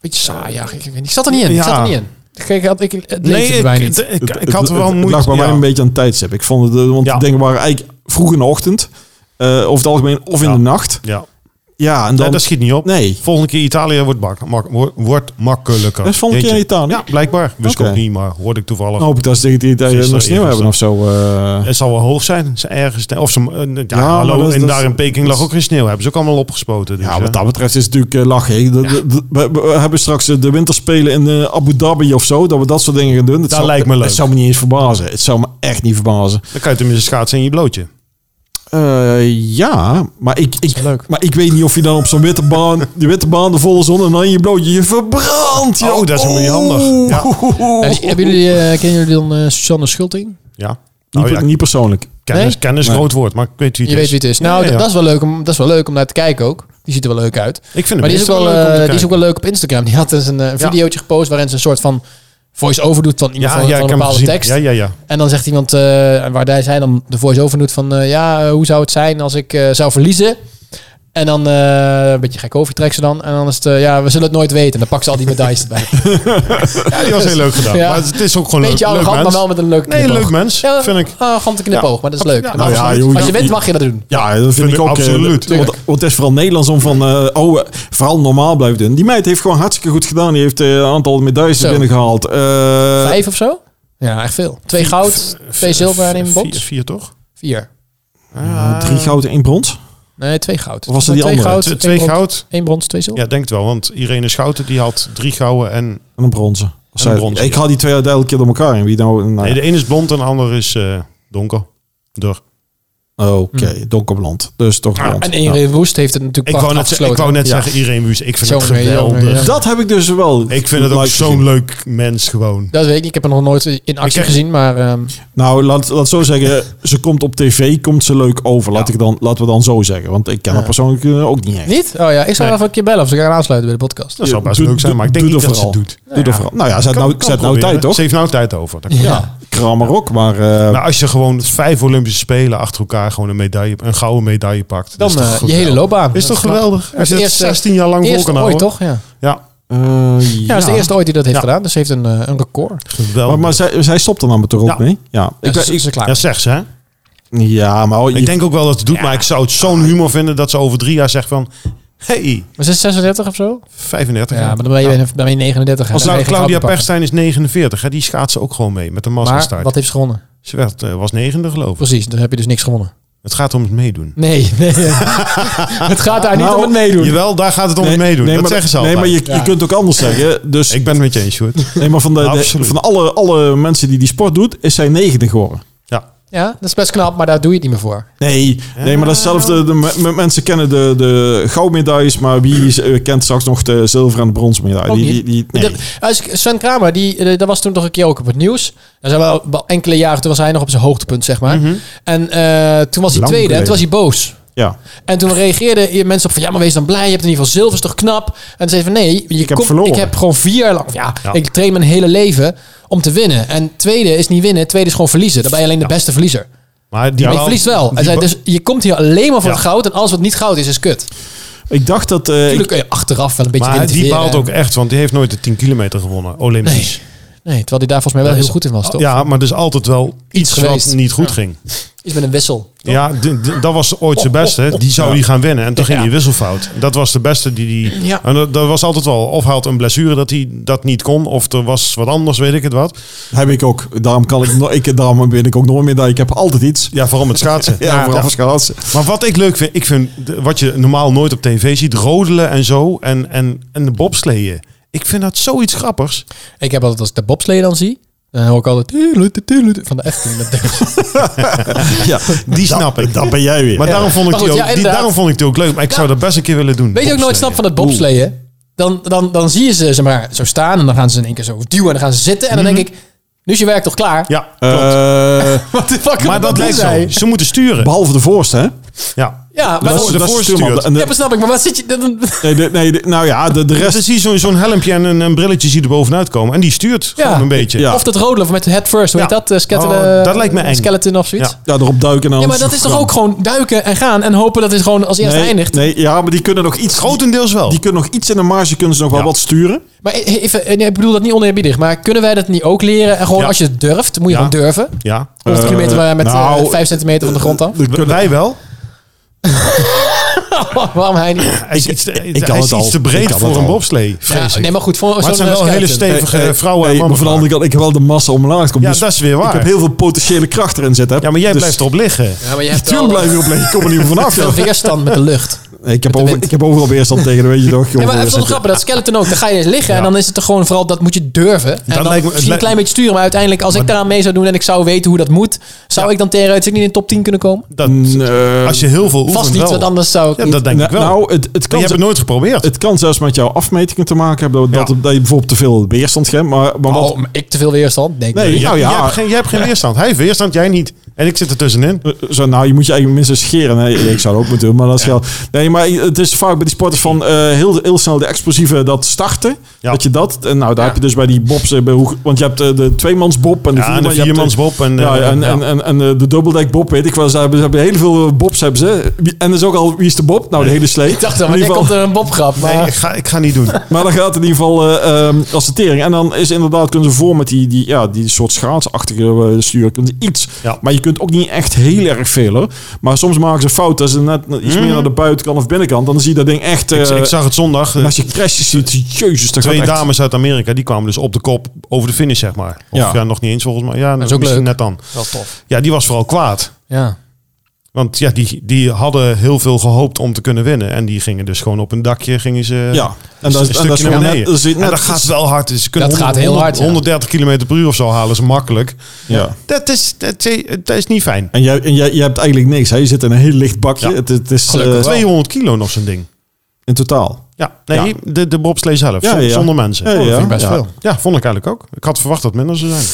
B: Beetje saai. Ja, ik, ik, weet niet. ik zat er niet in. Ik
D: Ja.
B: zat er niet in. Ik, ik, had, ik, het
D: Nee,
B: leefde
D: ik,
B: bij mij
D: ik,
B: niet.
D: ik,
C: Het-
D: ik had
C: het-
D: er wel
C: het
D: moeite...
C: lag bij
D: ja.
C: mij een beetje aan tijdstip. Ik vond het, eh, want
D: Ja.
C: de dingen waren eigenlijk vroeg in de ochtend, eh, over het algemeen, of in
D: Ja.
C: de nacht.
D: Ja,
C: Ja, en dan...
D: Nee, dat schiet niet op.
C: nee.
D: Volgende keer Italië wordt, mak mak- wordt- wordt makkelijker.
C: Dat is volgende keer in
D: Jeetje.
C: Italië.
D: Ja, blijkbaar. Wist ik
C: Oké. Nou.
D: ook niet, maar hoorde ik toevallig.
C: Dan hoop ik dat ze tegen die Italië
D: Gisteren,
C: nog sneeuw hebben of zo. eh.
D: Het zal wel hoog zijn, ze ergens. Of ze, eh, ja,
C: maar
D: hallo,
C: dat is-
D: en
C: dat
D: daar
C: is-
D: in Peking
C: dat
D: lag
C: is-
D: ook geen sneeuw. Hebben ze ook allemaal opgespoten. Dus,
C: ja,
D: eh.
C: wat dat betreft is het natuurlijk eh, lachen. De- de- de- we, we hebben straks eh, de winterspelen in eh, Abu Dhabi of zo. Dat we dat soort dingen gaan doen. Dat,
D: Dat
C: zou-
D: lijkt me leuk.
C: Het zou me niet eens verbazen. Het zou me echt niet verbazen.
D: Dan kan je tenminste schaatsen in je blootje.
C: Eh, ja, maar ik, ik,
B: wel leuk.
C: maar ik weet niet of je dan op zo'n witte baan, die witte baan, de volle zon en dan je blootje, je verbrandt. joh.
D: Oh, dat is wel weer handig. Ja.
C: Oeh.
D: oh.
B: Heb- Hebben jullie, eh, kennen jullie dan eh, Susanne Schulting?
D: Ja.
C: Niet,
D: Nou ja,
C: niet persoonlijk.
D: kennis,
B: Nee?
D: kennis
C: Nee.
D: groot woord, maar ik weet wie
B: Je
D: het
B: weet wie
D: is.
B: het is. Nou,
D: Ja, ja.
B: dat is wel leuk om, dat is wel leuk om naar te kijken ook. Die ziet er wel leuk uit.
D: Ik vind
B: Maar die is,
D: het
B: ook wel,
D: leuk om te
B: eh, die is
D: kijken.
B: ook wel leuk op Instagram. Die had dus een, eh, een videootje gepost waarin ze een soort van voice-over doet van iemand
D: ja,
B: van,
D: ja,
B: van
D: ik
B: een
D: heb hem
B: bepaalde
D: gezien.
B: tekst.
D: Ja, ja, ja.
B: En dan zegt iemand, eh, waar daar zij dan de voice-over doet van... eh, ja, eh, hoe zou het zijn als ik eh, zou verliezen? En dan eh, een beetje gek overtrekt ze dan. En dan is het, eh, ja, we zullen het nooit weten. En dan pakt ze al die medailles erbij.
D: Ja, die was heel leuk gedaan.
B: Ja.
D: Maar het is ook gewoon leuk.
B: beetje
D: leuk
B: arrogant,
D: mens.
B: maar wel met een leuk
D: Nee,
B: knipoog.
D: leuk mens,
B: Ja, ah,
D: vind ik.
B: Arrogant knipoog, maar dat is leuk.
D: Ja,
B: En
D: nou
B: als-
C: ja, joh,
B: als je
C: joh,
B: wint,
C: joh.
B: mag je dat doen.
C: Ja, dat vind,
D: Vind
C: ik
D: ik
C: ook. eh,
D: absoluut.
C: want, want het is vooral Nederlands om van, eh, oh, eh, vooral normaal blijven doen. Die meid heeft gewoon hartstikke goed gedaan. Die heeft eh, een aantal medailles
B: Zo.
C: binnengehaald. Eh,
B: Vijf of zo? Ja, echt veel. Twee goud, twee zilver en één Oh,
D: Vier-
B: brons.
D: Vier, toch?
B: Vier.
C: ja, drie
D: Eh.
C: goud en één brons.
B: Nee, twee goud.
C: Of was het die
B: twee
C: andere?
B: goud,
D: Twee,
B: één
D: twee
B: brons-
D: goud.
B: één brons, twee zilver.
D: Ja, denk het wel. Want Irene Schouten die had drie gouden
B: Nou
D: en...
C: En een bronzen. Als
D: En een
C: zij-
D: bronzen,
C: ik
D: ja.
C: haal die twee uit elke keer door elkaar. En wie nou... nou
D: Nee,
C: ja.
D: de ene is blond en de ander is eh, donker. Door.
C: Oké, donkerblond. Dus toch
D: Ja,
C: blond.
B: Hmm. Ah, En
C: Ja.
B: Ingrid Woest heeft het natuurlijk
D: Ik wou
B: prachtig
D: net, ze-
B: afgesloten.
D: ik wou net
C: Ja.
D: zeggen Irene Wuus. Ik vind
B: Jongen,
D: het geweldig.
B: jongen, ja.
C: Dat heb ik dus wel.
D: Ik vind het ook
C: Like
D: zo'n
C: gezien.
D: leuk mens gewoon.
B: Dat weet ik. niet. Ik heb haar nog nooit in actie
D: heb-
B: gezien, maar ehm,
C: Nou, laat, laat zo zeggen. Ze komt op tv, komt ze leuk over. Laat ik dan, laten we dan zo zeggen. Want ik ken haar persoonlijk eh, ook niet echt.
B: niet? Oh ja, ik zou
D: Nee.
B: even een keer bellen of ze gaan aansluiten bij de podcast.
D: Dat zou best
C: Doe-
D: leuk zijn,
C: doe-
D: maar ik denk
C: doe
D: niet
C: er
D: dat ze het
C: vooral.
D: doet.
C: Doe dat vooral. Nou ja, zet nou,
D: Kan-
C: zet
D: kan
C: nou
D: proberen.
C: tijd, toch?
D: Ze heeft nou tijd over. Dat-
C: Ja, krammer ook. Maar eh,
D: Nou, als je gewoon vijf Olympische Spelen achter elkaar gewoon een, medaille, een gouden medaille pakt.
B: Dan
D: dat is toch
B: eh, je
D: geweldig.
B: hele loopbaan.
D: Is toch
B: Dat
D: geweldig?
B: Ja,
D: Als je
B: het
D: dat
B: eerste-
D: 16 jaar lang vol
B: Eerste
D: kan
B: eh, ooit,
D: houden.
B: toch? Ja.
D: Ja,
C: eh,
B: Ja, dat is de eerste ooit die dat heeft
D: Ja.
B: gedaan. Dus ze heeft een, eh, een record.
C: Maar,
D: geweldig.
C: maar zij, zij stopt er namelijk toch ook
D: Ja.
C: mee? Ja.
B: Ja,
C: Ik,
B: ze- ze klaar.
D: ja, zeg ze, hè?
C: ja, maar oh, je-
D: Ik denk ook wel dat het doet, maar ik zou het zo'n humor vinden dat ze over drie jaar zegt van... hey,
B: Maar ze is 36 of zo?
D: 35
B: Ja,
D: jaar.
B: maar dan ben je, dan ben je 39. hè.
D: Als
B: Dan
D: nou
B: ben je geen
D: Claudia
B: gouden
D: Perstijn is 49, hè, die schaatsen ook gewoon mee met de
B: pakken. Maar
D: massastaart.
B: wat heeft ze gewonnen?
D: Ze werd, eh, was negende geloof ik.
B: Precies, dan heb je dus niks gewonnen.
D: Het gaat om het meedoen.
B: Nee, nee. het gaat daar niet om het meedoen.
D: Jawel, daar gaat het om
C: nou Nee,
D: het meedoen.
C: nee,
D: dat
C: maar,
D: zeggen ze
C: Nee,
D: altijd.
C: maar je, je
B: Ja.
C: kunt ook anders zeggen. Dus
D: Ik ben het met je eens, Sjoerd.
C: nee, maar van, de, de-
D: Absoluut.
C: van alle, alle mensen die die sport doet, is zij negende geworden.
D: Ja.
B: Ja, dat is best knap, maar daar doe je het niet meer voor.
C: Nee, nee maar dat is zelfs de, de me- me- mensen kennen de, de goudmedailles, maar wie is- eh, kent straks nog de zilver en de bronzen medaille?
B: Ook
C: Die, die,
B: niet.
C: die, nee.
B: Dat- als ik- Sven Kramer, die, eh, dat was toen toch een keer ook op het nieuws. Er zijn wel wel enkele jaren, toen was hij nog op zijn hoogtepunt, zeg maar.
D: Mhm.
B: En eh, toen was hij tweede en
C: Lang geleden.
B: toen was hij boos.
C: ja.
B: En toen reageerden hier mensen op van, ja, maar wees dan blij. Je hebt in ieder geval zilver, is toch knap? En toen zei hij van, nee, je ik,
C: heb verloren.
B: ik heb gewoon vier jaar lang, ja,
D: Ja.
B: ik train mijn hele leven om te winnen. En tweede is niet winnen, tweede is gewoon verliezen. Dan ben je alleen de beste verliezer.
D: Maar die
B: Maar je
D: wel-
B: verliest wel. Hij
D: die
B: zei,
D: wa-
B: dus je komt hier alleen maar voor
D: Ja.
B: het goud en alles wat niet goud is, is kut.
C: Ik dacht dat... eh, ik,
B: Natuurlijk kun je achteraf wel een beetje
D: maar die
B: relativeren
D: baalt
B: en-
D: ook echt, want die heeft nooit de 10 kilometer gewonnen. Olympisch.
B: eh, Nee. Nee, terwijl hij daar volgens mij wel
D: Er
B: heel
D: is-
B: goed in was, toch?
D: Ja, maar dus altijd wel iets wat
B: geweest.
D: niet goed
B: Ja.
D: ging.
B: Iets met een wissel.
D: Ja, d- d- dat was ooit zijn beste. Die zou die gaan winnen. En toen ging
B: Ja.
D: die wisselfout. Dat was de beste die die.
B: Ja.
D: En dat, dat was altijd wel. Of hij had een blessure dat hij dat niet kon. Of er was wat anders, weet ik het wat.
C: Heb ik ook. Daarom, kan ik, no- ik, daarom ben ik ook nooit meer dat. Ik heb altijd iets.
D: Ja, vooral met schaatsen.
C: Ja, vooral voor schaatsen.
D: Maar wat ik leuk vind, ik vind de- wat je normaal nooit op tv ziet, rodelen en zo. En, en, en de bobsleeën. Ik vind dat zoiets grappigs.
B: Ik heb altijd, als ik de bobslee dan zie, dan hoor ik altijd... "Tuurluut, tuurluut" Van de Efteling. Dat-
C: Ja,
D: Die snap ik.
C: dat ben jij weer.
D: Maar daarom vond ik
B: Maar goed,
D: die ook,
B: ja,
D: die-
B: inderdaad.
D: daarom vond ik die ook leuk. Maar ik zou dat best een keer willen doen.
B: Weet je wat ik nooit snap van het bobsleeën? Dan, dan, dan zie je ze zeg maar, zo staan en dan gaan ze in één keer zo duwen en dan gaan ze zitten. En dan denk ik, nu is je werk toch klaar?
D: Mhm. Ja, klopt.
C: Eh,
B: Wat de fuck
D: maar dat lijkt zo. Ze moeten sturen.
C: behalve de voorste, hè?
D: Ja.
B: Ja, maar
D: Dat is-
B: dat,
D: de voorste
C: stuurman.
D: stuurt.
C: En de-
B: ja, maar snap ik. Maar wat zit je... Dan,
C: nee, de- nee, de- nou ja, de, de
D: Ja,
C: rest...
D: ze zien zo'n zo'n helmpje en een, een brilletje zie je er bovenuit komen. En die stuurt
B: Ja.
D: gewoon een beetje.
C: Ja.
B: Of dat rodelen of met head first. Hoe
D: Ja.
B: heet dat? Eh, skeleton,
D: Oh,
B: eh,
D: dat lijkt me eng.
B: Skeleton of zoiets.
D: Ja.
C: Ja, erop duiken en dan...
B: Ja, maar dat is toch ook gewoon duiken en gaan en hopen dat het gewoon als eerste
C: Nee,
B: eindigt.
C: Nee, ja, maar die kunnen nog iets...
D: Grotendeels wel.
C: Die kunnen nog iets in de marge, kunnen ze nog wel
D: Ja.
C: wat sturen.
B: Maar e- even, eh, nee, ik bedoel dat niet oneerbiedig, maar kunnen wij dat niet ook leren? En gewoon
D: Ja.
B: als je het durft, moet je
D: Ja.
B: gewoon durven.
D: Ja.
B: 100
C: Eh,
B: kilometer eh, met eh,
C: nou,
B: 5 centimeter van de grond af.
C: We kunnen-
D: Wij wel.
B: Waarom hij niet?
D: Hij is iets te,
C: kan
D: hij
C: het
D: is
C: al.
D: iets te
C: Ik
D: breed
C: kan
D: voor
C: het
D: een
C: al.
D: bobslee.
B: Ja,
D: Vrees ik.
B: nee, maar goed, voor
D: Maar het
B: zo'n,
D: zijn
B: eh,
D: wel hele
B: skeleton.
D: stevige
C: Nee,
D: vrouwen en
C: nee, maar
D: mannen.
C: van de andere kant, ik heb wel de massa om laag komt.
D: ja,
C: dus
D: dat is weer waar.
C: Ik heb heel veel potentiële kracht erin zitten.
D: ja, maar jij
C: Dus
D: blijft erop liggen.
B: Ja, maar je hebt wel
C: Natuurlijk blijf je op liggen. Ik kom er niet meer vanaf.
B: veel weerstand met de lucht.
C: Nee, ik, heb
B: de
C: over,
B: wind.
C: ik heb overal weerstand tegen, dat weet je toch?
B: Ja, maar
C: Joh,
B: het is wel grappig, dat skeleton ook. Dan ga je eens liggen en dan is het er gewoon vooral dat moet je durven. En dan
D: lijkt me-
B: misschien een
D: het
B: klein beetje sturen, maar uiteindelijk als ik daaraan mee zou doen en ik zou weten hoe dat moet, zou ik dan teruit ik niet in de top 10 kunnen komen?
D: Dat,
C: Eh,
D: als je heel veel oefent
B: Vast niet,
D: wel.
B: want anders zou ik
D: Ja,
B: niet-
D: dat denk ik wel. Maar
C: Nou, het, het,
D: je
C: kan,
D: hebt het nooit geprobeerd.
C: het kan zelfs met jouw afmetingen te maken hebben. Dat,
D: Ja. Nou,
C: dat, dat je bijvoorbeeld te veel weerstand hebt. Maar, maar wat,
B: Oh, maar ik te veel weerstand? Nee, ik
C: Nee,
B: niet.
D: Je-
C: nou ja.
D: Jij hebt geen, jij hebt geen weerstand. Hij heeft weerstand, jij niet. En ik zit er tussenin.
C: Eh, Zo, nou, je moet je eigenlijk minstens scheren. Nee, ik zou het ook moeten doen, maar dat is wel... Nee, maar het is vaak bij die sporters van eh, heel, heel snel de explosieve dat starten.
D: Ja.
C: Dat je dat... En nou, daar heb je dus bij die bobs... eh, bij hoe- Want je hebt eh, de tweemansbob en de,
D: Ja, en de
C: vierman- je hebt
D: viermansbob en,
C: ja,
D: eh,
C: en,
D: ja.
C: En, en, en, eh, de dubbeldekbob, weet ik wel. Ze hebben, ze hebben heel veel eh, bobs, hebben ze. Wie- En dat is ook al... Wie is de bob? Nou, de hele slee.
B: Ik dacht dan, maar
C: In
B: dit
C: ieder
B: komt er
C: geval-
B: een bobgrap. Maar...
D: Nee, ik ga, ik ga niet doen.
C: maar dan gaat het in ieder geval eh ehm, als de tering. En dan is inderdaad, kunnen ze voor met die, die, ja, die soort schaatsachtige eh, sturen. Kunnen ze iets.
D: Ja.
C: Maar je kunt ook niet echt heel erg veel. Hoor. Maar soms maken ze fout. Dat ze net iets
D: Mhm.
C: meer naar de buitenkant of binnenkant. Dan zie je dat ding echt...
D: ik,
C: eh,
D: ik zag het zondag. eh,
C: als je crashes ziet, jezus. Dat
D: Twee
C: gaat echt-
D: dames uit Amerika, die kwamen dus op de kop over de finish, zeg maar. Of ja,
C: Ja.
D: nog niet eens volgens mij. Ja, nou,
B: is ook
D: misschien
B: leuk.
D: net dan.
B: Dat is tof.
D: Ja, die was vooral kwaad.
B: Ja.
D: Want ja, die, die hadden heel veel gehoopt om te kunnen winnen. En die gingen dus gewoon op een dakje, gingen ze
C: Ja.
D: en
C: En dat
D: dat, eh, een
C: is- en
D: stukje
C: dat is
D: naar
C: gewoon
D: beneden.
C: net- dat is-
D: en
C: net-
D: dat gaat wel hard. Dus ze kunnen
B: Dat gaat heel hard, ja.
D: 130 km per uur of zo halen ze makkelijk.
C: Ja.
D: Dat, is, dat, is, dat is niet fijn.
C: En jij, en jij, jij hebt eigenlijk niks. Hè? Je zit in een heel licht bakje.
D: Ja.
C: Het, het is
B: Gelukkig
C: eh,
B: wel.
D: 200 kilo nog zo'n ding.
C: in totaal.
D: Ja, nee,
C: Ja.
D: De, de bobslee zelf,
C: Ja,
D: zon-
C: ja.
D: zonder mensen.
C: Ja,
D: Oh, dat
C: ja.
D: vind ik best
C: Ja.
D: veel. Ja, vond ik eigenlijk ook. Ik had verwacht dat het minder zou zijn.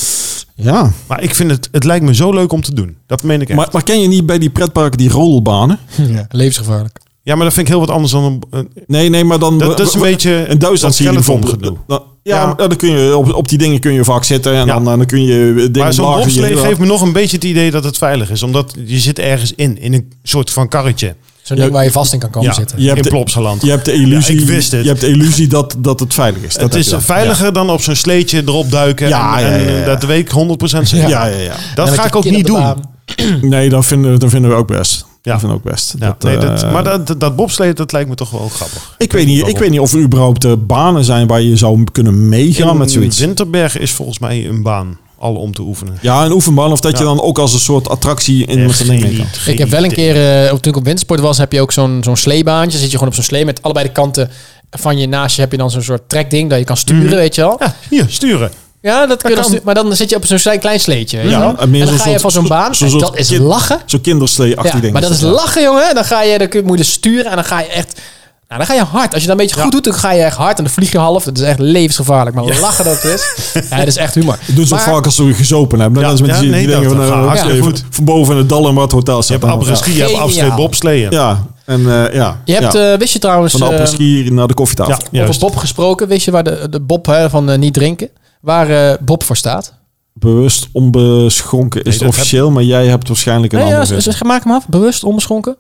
C: Ja.
D: Maar ik vind het, het lijkt me zo leuk om te doen. Dat meen ik echt.
C: Maar, maar ken je niet bij die pretparken die rolbanen?
B: Levensgevaarlijk.
D: Ja, maar dat vind ik heel wat anders dan een. eh, een-
C: Nee, nee, maar dan...
D: dat, dat is een beetje.
C: In Duitsland zie je die
D: skeleton
C: bijvoorbeeld-
D: gedoe.
C: dan- Ja,
D: Ja.
C: maar dan kun je op, op die dingen kun je vaak zitten en
D: Ja.
C: dan, dan kun je dingen
D: Maar zo'n
C: lager-
D: bobslee geeft me nog een beetje het idee dat het veilig is. Omdat je zit ergens in, in een soort van karretje.
B: Zo'n ding waar je vast in kan komen
D: ja,
B: zitten.
C: Je hebt
D: in
C: de-
D: Plopsaland.
C: Je hebt de illusie,
D: Ja, ik wist het.
C: Je hebt de illusie dat, dat het veilig is. Dat
D: het
C: heb
D: is
C: je dan.
D: veiliger dan op zo'n sleetje erop duiken.
C: Ja,
D: en,
C: ja, ja,
D: en
C: ja.
D: dat weet ik 100% zeker.
C: Ja. Ja, ja, ja.
D: Dat
B: En
D: ga
B: met
D: ik
B: je
D: ook
B: kin
D: niet
B: op de
D: doen.
B: baan.
C: Nee, dat vinden, dat vinden we ook best.
D: Ja.
C: Dat vinden we ook best.
D: Ja,
C: Dat,
D: nee,
C: eh,
D: dat, maar dat, dat bobslee, dat lijkt me toch wel grappig.
C: ik, weet niet, ik weet niet of er überhaupt eh, banen zijn waar je zou kunnen meegaan met zoiets.
D: Winterberg is volgens mij een baan. Al om te oefenen.
C: Ja, een oefenbaan of dat
D: Ja.
C: je dan ook als een soort attractie in met
D: Echt
C: zo'n ding
D: geen
C: mee kan.
D: idee.
B: Ik heb wel een keer, eh, op- toen ik op wintersport was, heb je ook zo'n zo'n sleebaantje. Zit je gewoon op zo'n slee met allebei de kanten van je naast je heb je dan zo'n soort trekding dat je kan sturen,
C: Mhm.
B: weet je wel.
D: Ja, hier, sturen.
B: Ja, dat kun je
D: kan.
B: dan stu- maar dan zit je op zo'n klein- klein sleetje. weet je
C: Ja,
B: wel.
C: en meer
B: en dan ga
C: zo'n
B: je
C: soort-
B: van zo'n baan,
C: zo'n
B: en
C: soort
B: dat is
C: kid-
B: lachen.
C: Zo'n kinderslee-achtig
B: Ja,
C: ding.
B: maar dat is lachen, jongen. Dan ga je, dan kun- moet je dus sturen en dan ga je echt... Nou, dan ga je hard. Als je dat een beetje goed doet, dan ga je echt hard. En dan vlieg je half. Dat is echt levensgevaarlijk. Maar lachen dat is. Ja, dat is echt humor.
C: Dat doen ze ook
B: Maar-
C: vaak als ze gezopen hebben. Dan
D: Ja,
C: gaan ze met
D: ja,
C: die,
D: nee,
C: die dingen van,
D: dat- dat gaat
C: eh,
D: hartstikke
C: oké,
D: goed.
C: van boven in het dal en wat hotel
D: Je
C: staat.
D: hebt
C: dan.
D: après ski, je hebt afsleet
B: Geniaal.
D: bobsleeën.
C: Ja, en eh, ja.
B: Je hebt,
C: ja.
B: eh, wist je trouwens...
C: van de
B: eh,
C: appelskier naar de koffietafel.
D: Ja, ja.
B: over
D: Juist.
B: Bob gesproken. Wist je waar de, de Bob hè, van eh, niet drinken... Waar eh, Bob voor staat?
C: Bewust onbeschonken
D: Nee,
C: is
D: dat
C: het officieel, maar jij hebt waarschijnlijk een
B: Nee, ja,
C: andere.
B: ze, ze- maak hem af. Bewust, onbeschonken,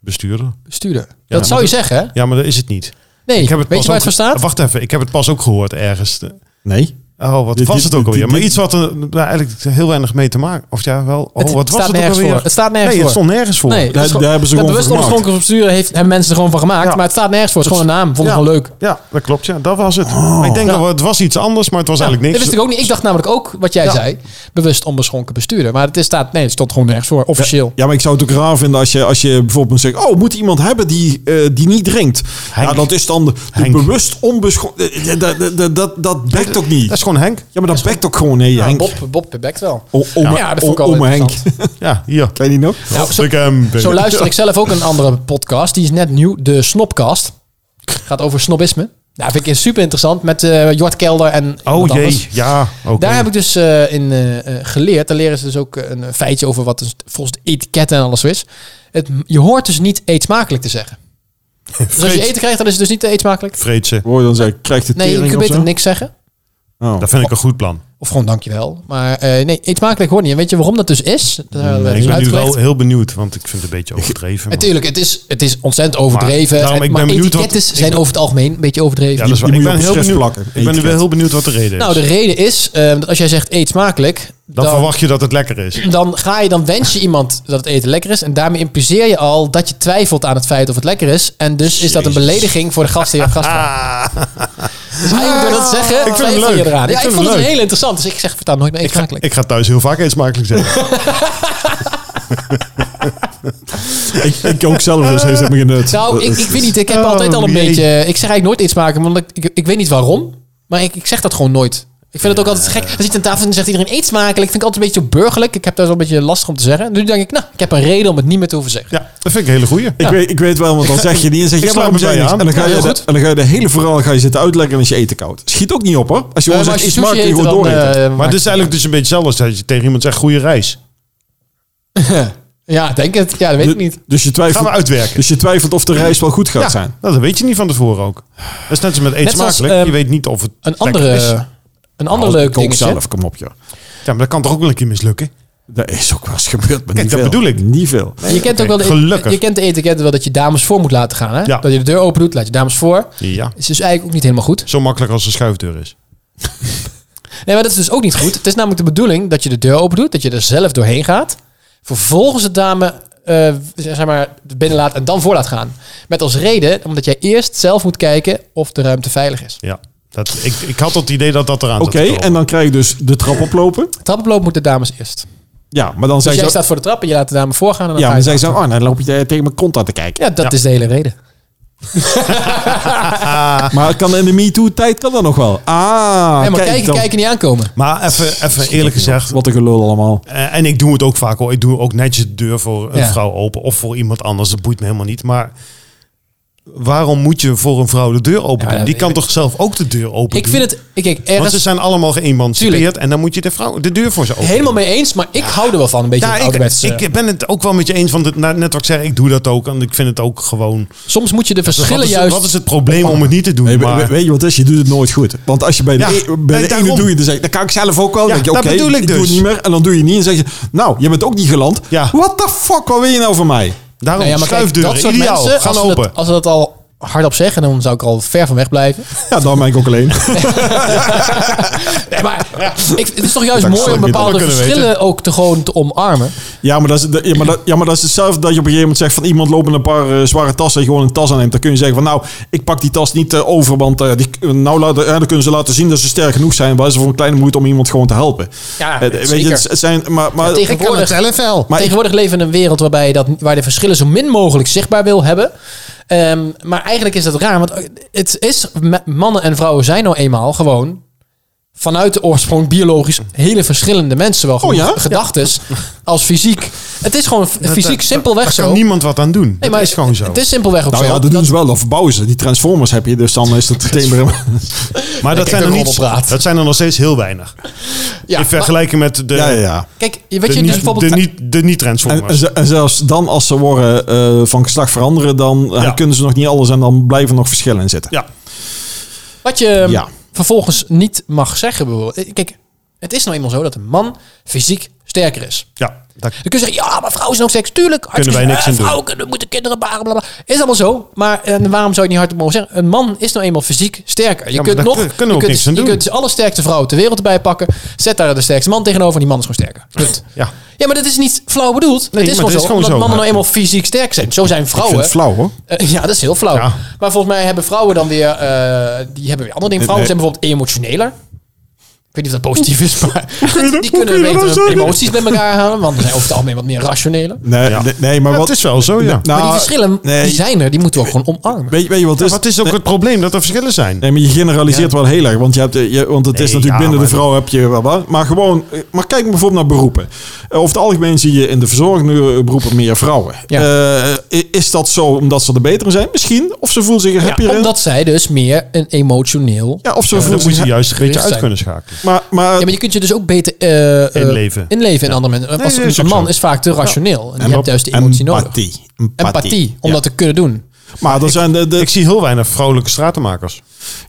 D: Bestuurder.
B: bestuurder. dat zou je zeggen, hè?
D: Ja, maar dat is het niet.
B: Nee,
D: Ik heb
B: weet je
D: pas
B: waar het
D: ook-
B: voor staat?
D: Wacht even, ik heb het pas ook gehoord ergens.
C: nee.
D: Oh, wat
C: Dit-
D: was
C: dit-
D: het ook
C: dit-
D: alweer?
C: dit-
D: Maar iets wat er nou, eigenlijk heel weinig mee te maken... Of ja, wel...
B: Het-
D: Oh, wat
B: het
D: was
B: staat
D: het ook
B: nergens
D: alweer?
B: voor. Het staat nergens
D: nee, het
B: voor.
D: stond nergens voor.
B: Nee,
C: Daar-
B: dat is
C: daar hebben ze
B: dat
C: gewoon
B: bewust
C: voor gemaakt.
B: onschonken besturen heeft, hebben mensen er gewoon van gemaakt.
D: Ja.
B: Maar het staat nergens voor. Het is gewoon een naam. Vond ik
D: Ja.
B: gewoon leuk.
D: Ja, dat klopt. Ja, dat was het. Maar ik denk
B: Ja.
D: dat we- het was iets anders, maar het was
B: Ja,
D: eigenlijk
B: Dat
D: niks.
B: wist ik ook niet. Ik dacht namelijk ook wat jij
D: Ja.
B: zei. Bewust onbeschonken besturen. Maar het is staat, nee, het stond gewoon nergens voor. Officieel.
C: Ja, maar ik zou het ook raar vinden als je, als je bijvoorbeeld zegt... Oh, moet iemand hebben die, eh, die niet drinkt?
D: Henk.
C: Ja, dat is dan de, de
D: Henk.
C: bewust onbeschonken... eh, Dat, dat, dat, dat bekt ook niet.
D: Dat is gewoon Henk.
C: Ja, maar dat bekt ook gewoon, nee, Henk.
B: Bob, Bob bekt wel.
C: O, oma,
B: Ja, dat vond ik
C: o-
B: al
C: oma Henk.
B: interessant.
D: Ja, hier.
C: Weet je die nog?
B: Nou, zo,
D: Ik, ehm, ben-
B: zo luister ik zelf ook een andere podcast. Die is net nieuw. De Snopcast. Gaat over snobisme. Nou, vind ik super interessant. Met eh, Jort Kelder en
D: Oh
B: iemand
D: jee,
B: anders.
D: ja. oké.
B: Daar heb ik dus eh, in eh, eh, geleerd. Daar leren ze dus ook een eh, feitje over wat dus volgens de etiketten en alles zo is. Het, je hoort dus niet eet smakelijk te zeggen. Dus als je
D: Vreet-
B: eten krijgt, dan is het dus niet eet smakelijk.
D: vreet ze.
C: Hoor je dan zeggen, krijgt de
B: Nee, je
C: tering
B: kunt
C: of zo?
B: beter niks zeggen.
C: Oh.
D: Dat vind ik een goed plan.
B: Of gewoon dankjewel. Maar eh, nee, eet smakelijk hoor niet. En weet je waarom dat dus is? Dat hebben we
D: Hmm, ik
B: dus
D: ben nu
B: uitgelegd.
D: wel heel benieuwd, want ik vind het een beetje overdreven. maar-
B: Natuurlijk, het is, het is ontzettend overdreven.
D: Maar daarom,
B: En-
D: ik
B: maar
D: ben benieuwd wat-
B: etikettes
D: ik
B: zijn
D: ben-
B: over het algemeen een beetje overdreven.
D: Ja, dat is waar.
C: Die
D: Ik
C: moet
D: ben
C: je
D: heel
C: op het schrift
D: benieuwd.
C: plakken.
D: Ik ben nu wel
C: Etiket.
D: heel benieuwd wat de reden is.
B: nou, de reden is eh, dat als jij zegt eet smakelijk,
D: dan, verwacht je dat het lekker is.
B: dan ga je, dan wens je iemand dat het eten lekker is. En daarmee impliceer je al dat je twijfelt aan het feit of het lekker is. En dus is dat een belediging voor de gastheer of gastvrouw.
D: Ah,
B: Dus eigenlijk door dat te zeggen,
D: vind hem
B: twijfel je
D: leuk.
B: eraan.
D: Ik
B: Ja, ik
D: vind
B: vond
D: hem
B: het
D: leuk.
B: heel interessant. Dus ik zeg vertaal nooit meer eet smakelijk.
D: ik ga thuis heel vaak eens smakelijk zeggen.
C: Ik, ik ook zelf, dus heeft het me genut.
B: Nou, ik, ik weet niet. Ik heb
D: Oh,
B: altijd al een
D: jee.
B: beetje... Ik zeg eigenlijk nooit iets maken, want ik, ik, ik weet niet waarom. Maar ik, ik zeg dat gewoon nooit. Ik vind het ook altijd gek. Dan zit aan tafel en dan zegt iedereen eet smakelijk. Ik vind het altijd een beetje zo burgerlijk. Ik heb daar zo'n beetje lastig om te zeggen. En nu denk ik, nou, ik heb een reden om het niet meer te hoeven zeggen.
D: Ja, dat vind ik een hele goeie.
C: Ik, weet, ik weet wel, want dan zeg je die en zeg je,
D: Ik
C: ja,
D: sluit
C: waarom zei je
D: me bij je
C: niks?
D: aan.
C: En dan ga
B: Ja,
C: je,
B: heel
C: de-
B: goed.
C: en dan ga je de hele verhaal ga je zitten uitleggen en als je eten koud. Schiet ook niet op, hoor. Als je
B: Eh,
C: gewoon
B: maar
C: zegt,
B: als je sushi
C: iets maakt, je
B: eet,
C: gewoon
B: dan,
C: door.
B: eh,
D: maar
B: maakt-
D: het is eigenlijk dus een beetje hetzelfde als dat je tegen iemand zegt goede reis.
B: Ja, denk het. Ja, dat weet ik niet.
C: Dus je
D: Gaan we
C: twijfelt...
D: uitwerken.
C: Dus je twijfelt of de reis wel goed gaat
D: Ja,
C: zijn.
D: nou, dat weet je niet van tevoren ook. Dat is net als met eet
B: Net zoals,
D: smakelijk.
B: ehm,
D: je weet niet of het
B: Een
D: lekker is.
B: andere, een ander
C: Als ik
B: leuk
C: ook
B: dingetje.
C: zelf, kom op joh.
D: Ja, maar dat kan toch ook wel een keer mislukken?
C: Dat is ook wel eens gebeurd, maar
D: Kijk,
C: niet
D: dat
C: veel.
D: bedoel ik.
C: Niet veel.
B: Je kent ook wel de,
D: Gelukkig.
B: je kent de etiketten wel dat je dames voor moet laten gaan. Hè?
D: Ja.
B: Dat je de deur open doet, laat je dames voor.
D: Ja,
B: is dus eigenlijk ook niet helemaal goed.
D: zo makkelijk als een schuifdeur is.
B: Nee, maar dat is dus ook niet goed. Het is namelijk de bedoeling dat je de deur open doet, dat je er zelf doorheen gaat. Vervolgens de dame eh, zeg maar, binnen laat en dan voor laat gaan. Met als reden, omdat jij eerst zelf moet kijken of de ruimte veilig is.
D: Ja, dat, ik, ik had het idee dat dat eraan
C: Oké,
D: zat te komen.
C: en dan krijg je dus de trap oplopen.
B: Trappenloop moeten dames eerst.
C: Ja, maar dan
B: Dus
C: zeg
B: jij
C: je...
B: staat voor de trap en je laat de dame voorgaan en dan
C: ja,
B: ga
C: maar
B: je
C: dan zeg je zo,
B: erachter.
C: oh, dan loop je tegen mijn kont aan te kijken.
B: Ja, dat
D: Ja. Ah,
B: is de hele reden.
C: Maar kan in de MeToo-tijd kan dat nog wel. Ah,
B: nee, maar
C: kijk
B: kijken,
C: dan.
B: kijken niet aankomen.
D: Maar even, even eerlijk gezegd,
C: Wat een gelul allemaal.
D: Eh, en ik doe het ook vaak hoor. Ik doe ook netjes de deur voor een
B: Ja.
D: vrouw open of voor iemand anders. Dat boeit me helemaal niet. Maar waarom moet je voor een vrouw de deur
B: Ja,
D: open doen?
B: dat
D: Die
B: weet
D: kan toch zelf ook de deur open
B: Ik
D: doen?
B: vind het, ik kijk,
D: Want ze
B: ergens
D: zijn allemaal geëmancipeerd
B: Tuurlijk.
D: en dan moet je de, vrouw, de deur voor ze open
B: helemaal
D: doen.
B: mee eens, maar ik hou er wel van. Een beetje
D: Ja,
B: het
D: ik,
B: ouderwets, eh.
D: ik ben het ook wel met je eens. Want het, nou, net wat ik zeg, ik doe dat ook. En ik vind het ook gewoon...
B: Soms moet je de
D: Dus
B: verschillen
D: wat, is,
B: juist...
D: wat is het probleem om het niet te doen?
C: Nee, we-
D: maar,
C: we- weet je wat het is? Je doet het nooit goed. Want als je bij de,
D: Ja,
C: e- bij
D: nee,
C: de ene
D: daarom.
C: doe je dan zeg je, dat kan ik zelf ook wel. Dan
D: Ja,
C: denk je,
D: dat
C: oké,
D: bedoel ik
C: doe
D: dus.
C: het niet meer. En dan doe je niet en zeg je, nou, je bent ook niet geland.
D: Ja.
C: What the fuck, wat wil je nou van mij?
D: daarom,
B: Nee, ja, maar kijk,
D: schuifdeuren,
B: dat soort
D: ideaal,
B: mensen,
D: gaan
B: als ze dat-
D: open.
B: als ze dat al hardop zeggen, dan zou ik er al ver van weg blijven.
C: Ja, dan ben ik ook alleen.
B: Nee, maar ik, het is toch juist
C: Dat
B: mooi
C: zou
B: om
C: ik niet
B: bepaalde
D: allemaal kunnen
B: verschillen ook te, gewoon te omarmen.
C: Ja, maar dat is, dat- ja, maar dat, ja, maar dat is hetzelfde dat je op een gegeven moment zegt van iemand loopt met een paar eh, zware tassen en gewoon een tas aanneemt. Dan kun je zeggen van nou, ik pak die tas niet eh, over, want eh, die, eh, nou laten, eh, dan kunnen ze laten zien dat ze sterk genoeg zijn. Waar ze voor een kleine moeite om iemand gewoon te helpen.
B: Ja,
C: Eh, weet je,
B: zeker.
C: het, het zijn, maar, maar
B: Tegenwoordig,
D: wel.
C: Maar
B: tegenwoordig leven we in een wereld waarbij dat, waar de verschillen zo min mogelijk zichtbaar wil hebben. Ehm, maar eigenlijk is dat raar, want het is, m- mannen en vrouwen zijn nou eenmaal gewoon vanuit de oorsprong biologisch hele verschillende mensen wel gewoon
C: Oh ja?
B: gedachtes als fysiek. Het is gewoon f- fysiek simpelweg
D: Daar
B: zo.
D: kan niemand wat aan doen.
B: Nee,
D: dat is gewoon zo.
B: Het is simpelweg ook
C: nou
B: zo.
C: ja, dat doen ze wel. Dan verbouwen ze. Die Transformers heb je, dus dan is het meteen weer...
D: Maar dat
B: Ik
D: zijn,
B: heb
D: er
B: ook
D: niet,
B: al gepraat.
D: dat zijn er nog steeds heel weinig.
B: Ja,
D: in
B: maar-
D: vergelijking met de,
C: Ja, ja, ja.
B: Kijk, je
D: de,
B: weet je, dus
D: niet, de,
B: bijvoorbeeld...
D: niet, de
C: En, en
D: niet-transformers.
C: ze- en zelfs dan, als ze worden eh, van geslacht veranderen, dan eh,
D: Ja.
C: kunnen ze nog niet alles en dan blijven nog verschillen in zitten.
D: Ja,
B: Wat je ehm,
C: Ja.
B: vervolgens niet mag zeggen. bijvoorbeeld. Eh, Kijk, het is nou eenmaal zo dat een man fysiek sterker is.
D: Ja, dat,
B: Dan kun je zeggen, ja, maar vrouwen zijn ook seks. Tuurlijk, hartstikke-
D: wij niks
B: eh,
D: aan doen.
B: Vrouwen kunnen, moeten kinderen baren, bla, bla. Is allemaal zo. Maar eh, waarom zou je het niet hardop mogen zeggen? Een man is nou eenmaal fysiek sterker. Je
D: maar
B: kunt
D: daar
B: nog,
D: kunnen we
B: je
D: ook
B: kunt, dus-
D: niks aan
B: je
D: doen.
B: kunt de allersterkste vrouw ter wereld erbij pakken. Zet daar de sterkste man tegenover en die man is gewoon sterker. Punt.
D: ja.
B: Ja, maar dat is niet flauw bedoeld. het
D: Nee,
B: is
D: maar
B: gewoon
D: dat
B: zo,
D: is gewoon
B: omdat
D: zo.
B: mannen nou eenmaal fysiek sterk zijn. Zo zijn
C: Ik vind
B: vrouwen...
C: het flauw hoor.
B: Eh, ja, dat is heel flauw.
D: Ja.
B: Maar volgens mij hebben vrouwen dan weer... eh, die hebben weer andere dingen. Vrouwen zijn bijvoorbeeld emotioneler. Ik weet niet of dat positief is, maar... die kunnen
C: je dat
B: beter hun
C: zeggen?
B: emoties met elkaar halen. Want ze zijn over het algemeen wat meer rationeler.
C: Nee,
D: Ja.
C: nee, nee, maar
D: Ja,
C: wat...
D: het is wel zo, ja.
C: Nou,
B: maar die verschillen,
C: nee.
B: die zijn er. Die moeten we ook gewoon omarmen.
C: Weet, je- weet je wat het is?
D: Wat is ook het probleem dat er verschillen zijn?
C: Nee, maar je generaliseert wel heel erg. Want, je hebt, eh, je, want het is
D: Nee,
C: natuurlijk
D: ja,
C: binnen de
D: maar-
C: vrouw heb je wel wat. Maar gewoon, eh, maar kijk bijvoorbeeld naar beroepen. Eh, Over het algemeen zie je in de verzorgende eh, beroepen meer vrouwen.
B: Ja.
C: Eh, i- is dat zo omdat ze er beter in zijn? Misschien. Of ze voelen zich er happier
B: Ja, dus
C: in. Ja, of ze
D: Dan
C: voelen
D: moet
C: zich...
D: je juist een beetje
B: Gericht
D: uit
B: zijn.
D: kunnen schakelen.
C: Maar, maar,
B: Ja, maar je kunt je dus ook beter eh, eh,
D: Inleven.
B: inleven in andere mensen. Als
C: nee, is
B: een
C: ook
B: man
C: zo.
B: is vaak te rationeel. En je
C: En
B: hebt juist de emotie nodig.
C: empathie. Empathie.
B: Empathie, om dat te kunnen doen.
C: Maar er zijn de, de-
D: Ik zie heel weinig vrouwelijke stratenmakers.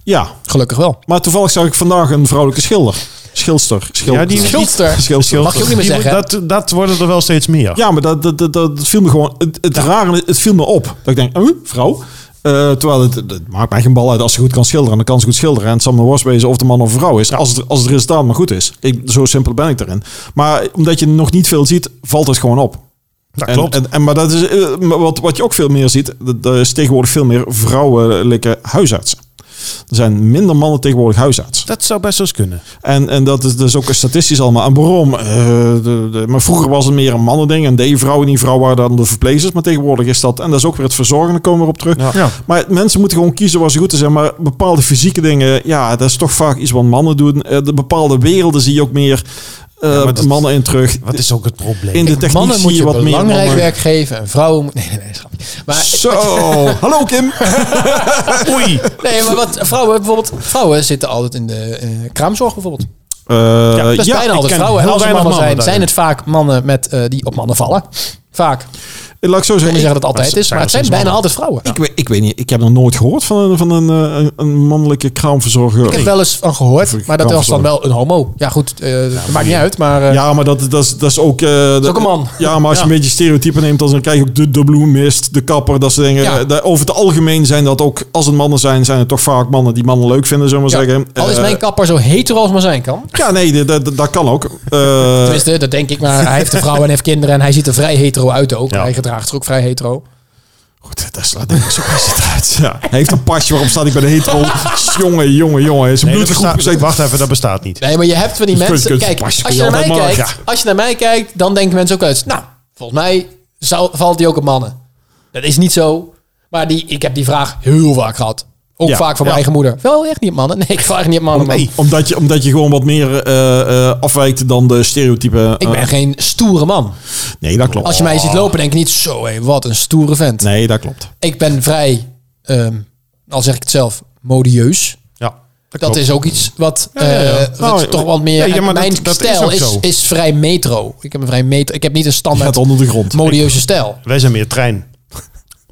C: ja,
B: Gelukkig wel.
C: maar toevallig zag ik vandaag een vrouwelijke schilder. Schilster. Schilder.
D: Ja, die-
B: Schildster.
C: Schilster.
B: Mag je ook niet meer
D: Die
B: zeggen.
D: wordt- Dat, dat worden er wel steeds meer.
C: Ja, maar dat, dat, dat, dat viel me gewoon. Het, het rare, het viel me op. Dat ik denk, oh, vrouw. Eh, terwijl het, het maakt mij geen bal uit als ze goed kan schilderen. Dan kan ze goed schilderen. En het zal me worst wezen of de man of vrouw is. Als, het, als het resultaat maar goed is. Ik, zo simpel ben ik daarin. Maar omdat je nog niet veel ziet, valt het gewoon op.
D: dat
C: En-
D: klopt.
C: En, en, maar dat is, eh, maar wat, wat je ook veel meer ziet, dat- er is tegenwoordig veel meer vrouwelijke huisartsen. Er zijn minder mannen tegenwoordig huisarts.
D: dat zou best wel eens kunnen.
C: En, en dat is dus ook statistisch allemaal. En waarom? Eh, de, de- maar vroeger was het meer een mannending. En die vrouwen, die vrouwen waren dan de verplegers. Maar tegenwoordig is dat... En dat is ook weer het verzorgen. Daar komen we op terug.
D: Ja. Ja.
C: Maar mensen moeten gewoon kiezen waar ze goed in zijn. Maar bepaalde fysieke dingen... Ja, dat is toch vaak iets wat mannen doen. Eh, de bepaalde werelden zie je ook meer eh,
D: maar dat-
C: mannen in terug.
D: Wat is ook het probleem?
C: in de techniek
B: Mannen
C: zie
B: moet
C: je
B: je
C: wat meer
B: belangrijk
C: mannen.
B: werk geven. En vrouwen... moet- Nee, nee, nee, schat. Maar
C: Zo, hallo Kim.
D: Oei!
B: Nee, maar wat vrouwen bijvoorbeeld, vrouwen zitten altijd in de eh, kraamzorg bijvoorbeeld.
C: Eh,
B: Dat is bijna altijd vrouwen. En
D: heel
B: als er
D: weinig
B: mannen zijn,
D: mannen
B: zijn het vaak mannen met, eh, die op mannen vallen. Vaak. Ik
C: Laat ik zo
B: wil niet
C: zeggen.
B: zeggen dat het altijd
D: zijn
B: is, maar het zijn
D: nog steeds
B: bijna
D: mannen.
B: altijd vrouwen.
C: Ik, weet, ik weet niet. Ik heb nog nooit gehoord van een, van een, eh, een, een mannelijke kraamverzorger.
B: Ik heb wel eens van gehoord,
C: Ik
B: maar dat
C: kan
B: was dan wel een homo. Ja goed, eh, dat maakt niet uit, maar... eh,
C: Ja, maar dat, dat, is, dat is ook... eh dat
B: ook een man.
C: Ja, maar als je een beetje stereotypen neemt... dan krijg je ook de, de bloemist, de kapper, dat soort dingen.
B: Ja.
C: Da- Over het algemeen zijn dat ook... als het mannen zijn, zijn het toch vaak mannen die mannen leuk vinden, zullen we
B: ja.
C: maar zeggen.
B: Al is
C: Eh,
B: mijn kapper zo hetero als maar zijn kan.
C: Ja, nee, dat- dat, dat kan ook. Eh,
B: Tenminste, dat denk ik, maar hij heeft een vrouw en heeft kinderen en hij ziet er vrij hetero uit ook.
D: Ja.
B: Hij gedraagt zich ook vrij hetero.
C: goed, dat slaat denk ik zo best het uit. Ja. Hij heeft een pasje waarop staat ik ben hetero. jongen, jongen, jongen. Zijn
D: Nee, dat
C: bloedgroep
D: bestaat-
C: is echt-
D: wacht even, dat bestaat niet.
B: Nee, maar je hebt van die
C: Dat kun je-
B: mensen.
C: kun je
B: Kijk, als
C: verpassen,
B: je, naar
C: kun je
B: mij
C: allemaal,
B: kijkt,
D: ja.
B: als je naar mij kijkt, dan denken mensen ook uit. Nou, volgens mij zou, valt die ook op mannen. Dat is niet zo. Maar die, ik heb die vraag heel vaak gehad. Ook
C: Ja,
B: vaak van mijn
C: ja.
B: eigen moeder. Wel echt niet op mannen. Nee, ik vraag niet op mannen. man.
D: Nee.
C: Omdat je, omdat je gewoon wat meer eh, eh, afwijkt dan de stereotypen.
B: Ik ben
C: eh,
B: geen stoere man.
C: nee, dat klopt.
B: Als je mij ziet lopen, denk ik niet zo. Hé, wat een stoere vent.
C: Oh. Nee, dat klopt.
B: Ik ben vrij, ehm, al zeg ik het zelf, modieus.
D: Ja,
B: Dat is ook iets wat,
D: ja, ja.
B: eh, wat
D: Nou,
B: is toch wat meer.
D: ja, ja, maar
B: mijn
D: dat- dat is
B: stijl
D: ook
B: is,
D: zo.
B: is, vrij metro. Ik heb een vrij metro. Ik heb niet een
C: Je
B: standaard
C: gaat onder de grond.
B: modieuze stijl.
D: Wij zijn meer trein.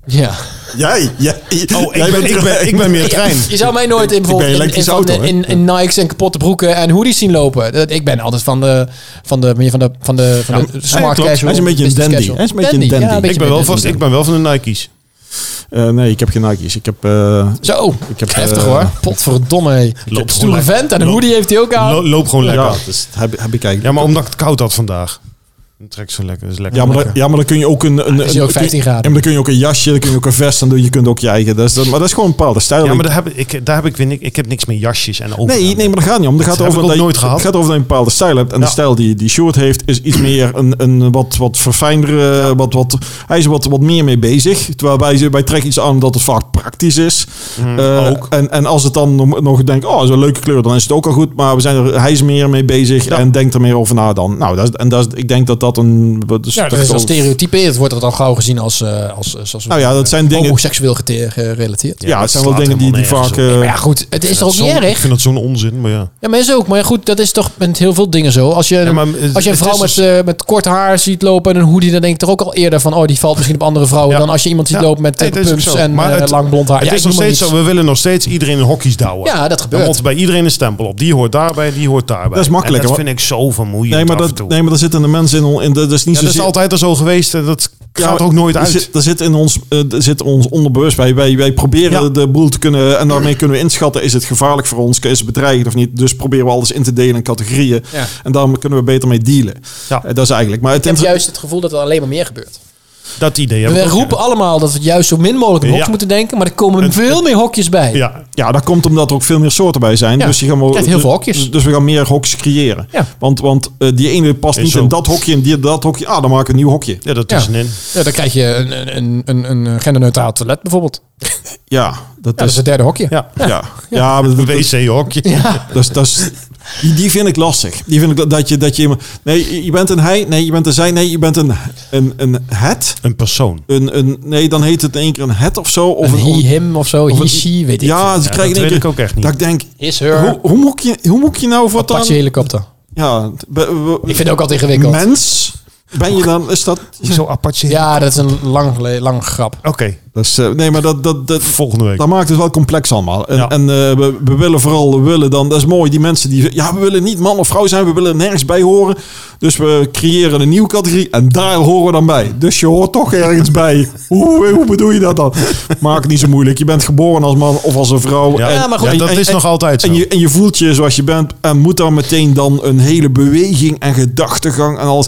B: Ja.
C: Jij, jij,
D: Oh, ik
C: jij
D: ben,
C: bent-
D: ik ben, ik ben meer trein.
B: Je zou mij nooit in bijvoorbeeld in, in,
C: elektrische
B: van de-
C: auto, hè?
B: in, in Nikes en kapotte broeken en hoodies zien lopen. Dat- Ik ben altijd van de van de meer van de van de, van de smart
D: klopt.
B: casual.
C: Hij is een beetje een
B: business
C: dandy.
B: casual.
C: Hij is een beetje een dandy.
B: ja,
C: Ik
D: Ik ben, wel van,
B: business
D: ik ben wel van de Nike's.
C: Eh, nee, ik heb geen Nike's. Ik heb... eh,
B: casual. Zo,
C: Ik heb,
B: heftig
C: eh,
B: hoor. Potverdomme. hé.
D: gewoon
B: Stoere
D: lekker.
B: vent en een
D: Loop-
B: hoodie heeft hij ook aan.
D: Lo- loop gewoon lekker.
C: ja,
D: Ja,
C: dus heb, heb ik eigenlijk...
D: maar omdat ik het koud had vandaag. Dan trek ik zo lekker. Dat is lekker.
C: Ja, maar, dan, ja, maar dan kun je ook een... een
B: is hier ook
C: een- kun je-
B: 15 graden.
C: Ja, maar dan kun je ook een jasje, dan kun je ook een vest en je kunt ook je eigen... Dat is, dat, maar dat is gewoon een bepaalde stijl.
D: Ja, maar daar heb ik, daar heb ik, weer ni- ik heb niks met jasjes en overhemden.
C: Nee, nee, maar dat gaat niet om. Dat gaat
D: Dat heb
C: over
D: ik ook
C: dat je-
D: nooit gehad.
C: Het gaat over dat je een bepaalde stijl hebt. En de
D: Ja.
C: stijl die, die Sjoerd heeft is iets meer een, een wat, wat verfijndere... Wat, wat, hij is er wat, wat meer mee bezig. Terwijl wij, wij trekken iets aan dat het vaak praktisch is. Eh,
D: Mhm, ook.
C: En, en als het dan nog- nog denkt, oh, dat is een leuke kleur, dan is het ook al goed. Maar we zijn er, hij is meer mee bezig en denkt er meer over na dan. Nou, dat is, en dat is, ik denk dat dat een... wat is
B: Ja, dat is een stereotype. Het wordt al gauw gezien als, eh, als, als, als
C: Nou ja, dat zijn dingen...
B: homoseksueel gete- gerelateerd.
C: Ja,
D: Oh, Ja,
C: het
D: dat
C: zijn wel
D: slaat
C: dingen die, die
D: helemaal
C: vaak...
D: nergens
C: eh,
B: Maar ja, goed, het is toch ook niet
D: Ik
B: erg? Oh,
D: vind dat zo'n onzin, maar ja.
B: Ja, maar is ook. Maar goed, dat is toch met heel veel dingen zo. Als je,
D: Ja, maar het-
B: als je een
D: het
B: vrouw
D: is
B: met,
D: dus-
B: eh, met kort haar ziet lopen en een hoodie, dan denk ik toch ook al eerder van, oh, die valt misschien op andere vrouwen
D: Ja.
B: dan als je iemand ziet
D: Ja.
B: lopen met
D: Nee,
B: eh,
D: dat is ook
B: pumps
D: zo.
B: en
D: Maar
B: eh,
D: het-
B: lang blond haar.
D: Het
B: Ja,
D: is
B: ik
D: nog
B: noem maar
D: steeds zo,
B: iets.
D: we willen nog steeds iedereen in hokjes douwen.
B: Ja, dat
D: Dan
B: gebeurt.
D: moet bij iedereen een stempel op. Die hoort daarbij, die hoort daarbij.
C: Dat is makkelijk,
D: En dat
C: hoor.
D: vind ik zo vermoeiend
C: Nee, maar,
D: af en toe.
C: dat, nee, maar daar zitten de mensen in. on- in dat is niet
D: ja, dat is
C: zozeer-
D: altijd al zo geweest. en Dat
C: Ja,
D: gaat ook nooit
C: er
D: uit.
C: Zit, er zit in ons, eh, er zit ons onderbewust bij. Wij, wij proberen
D: Ja.
C: de boel te kunnen... En daarmee kunnen we inschatten, is het gevaarlijk voor ons? Is het bedreigend of niet? Dus proberen we alles in te delen in categorieën.
B: Ja.
C: En daar kunnen we beter mee dealen.
D: Ja.
C: Eh, dat is eigenlijk... Maar het
B: Ik heb
C: inter-
B: juist het gevoel dat er alleen maar meer gebeurt.
D: dat idee. heb
B: We
D: ik ook,
B: roepen allemaal dat we juist zo min mogelijk in
D: Ja.
B: hokjes moeten denken, maar er komen veel meer hokjes bij.
D: Ja. Ja.
C: Ja, dat komt omdat er ook veel meer soorten bij zijn.
B: Ja,
C: Dus, die gaan we,
B: je krijgt heel veel
C: dus-
B: hokjes.
C: dus we gaan meer hokjes creëren.
B: Ja.
C: Want, want eh, die ene past
D: Is
C: niet
D: zo.
C: in dat hokje en die in dat hokje. Ah, dan maken we een nieuw hokje.
D: Ja, dat
B: Ja.
D: tussenin.
B: Ja, dan krijg je een, een, een, een genderneutraal toilet bijvoorbeeld. Ja,
C: Ja, dat
B: dat is
D: dus-
C: is...
B: het derde hokje.
D: Ja.
C: Ja, ja. maar dat-
D: Een wc-hokje.
C: dat is- dat is- die, die vind ik lastig. Die vind ik dat- dat je, dat je iemand- Nee, je bent een hij. Nee, je bent een zij. Nee, je bent een, een, een het.
D: Een persoon.
C: Een, een, nee, dan heet het in één keer een het of zo. Of
B: Of een
C: een,
B: he, him of zo,
C: of
B: he,
C: een-
B: she, weet ik.
C: ja, ze
D: Ja,
C: krijgen
D: dat
C: in één
D: weet ik
C: keer-
D: ook echt niet.
C: Dat ik denk,
B: Is her.
C: hoe, hoe, moet, je, hoe moet je nou wat
B: Apache
C: dan...
B: helikopter.
C: Ja, be- be-
B: Ik vind het ook altijd ingewikkeld.
C: Mens? Ben je dan, is dat...
D: Zo Apache.
B: Ja, dat is een lang, gele- lang grap.
D: Oké,
C: dat is, eh, nee, maar dat, dat, dat,
D: volgende week.
C: dat maakt het wel complex allemaal. En,
D: Ja.
C: en eh, we, we willen vooral, we willen dan, dat is mooi, die mensen die... Ja, we willen niet man of vrouw zijn, we willen nergens bij horen. Dus we creëren een nieuwe categorie en daar horen we dan bij. Dus je hoort toch ergens bij. Hoe, hoe bedoel je dat dan? Maak het niet zo moeilijk. Je bent geboren als man of als een vrouw.
D: Ja,
C: en,
D: ja, maar goed,
C: en-
D: dat
C: en-
D: is
C: en-
D: nog altijd zo.
C: En je, en je voelt je zoals je bent en moet dan meteen dan een hele beweging en gedachtegang en alles.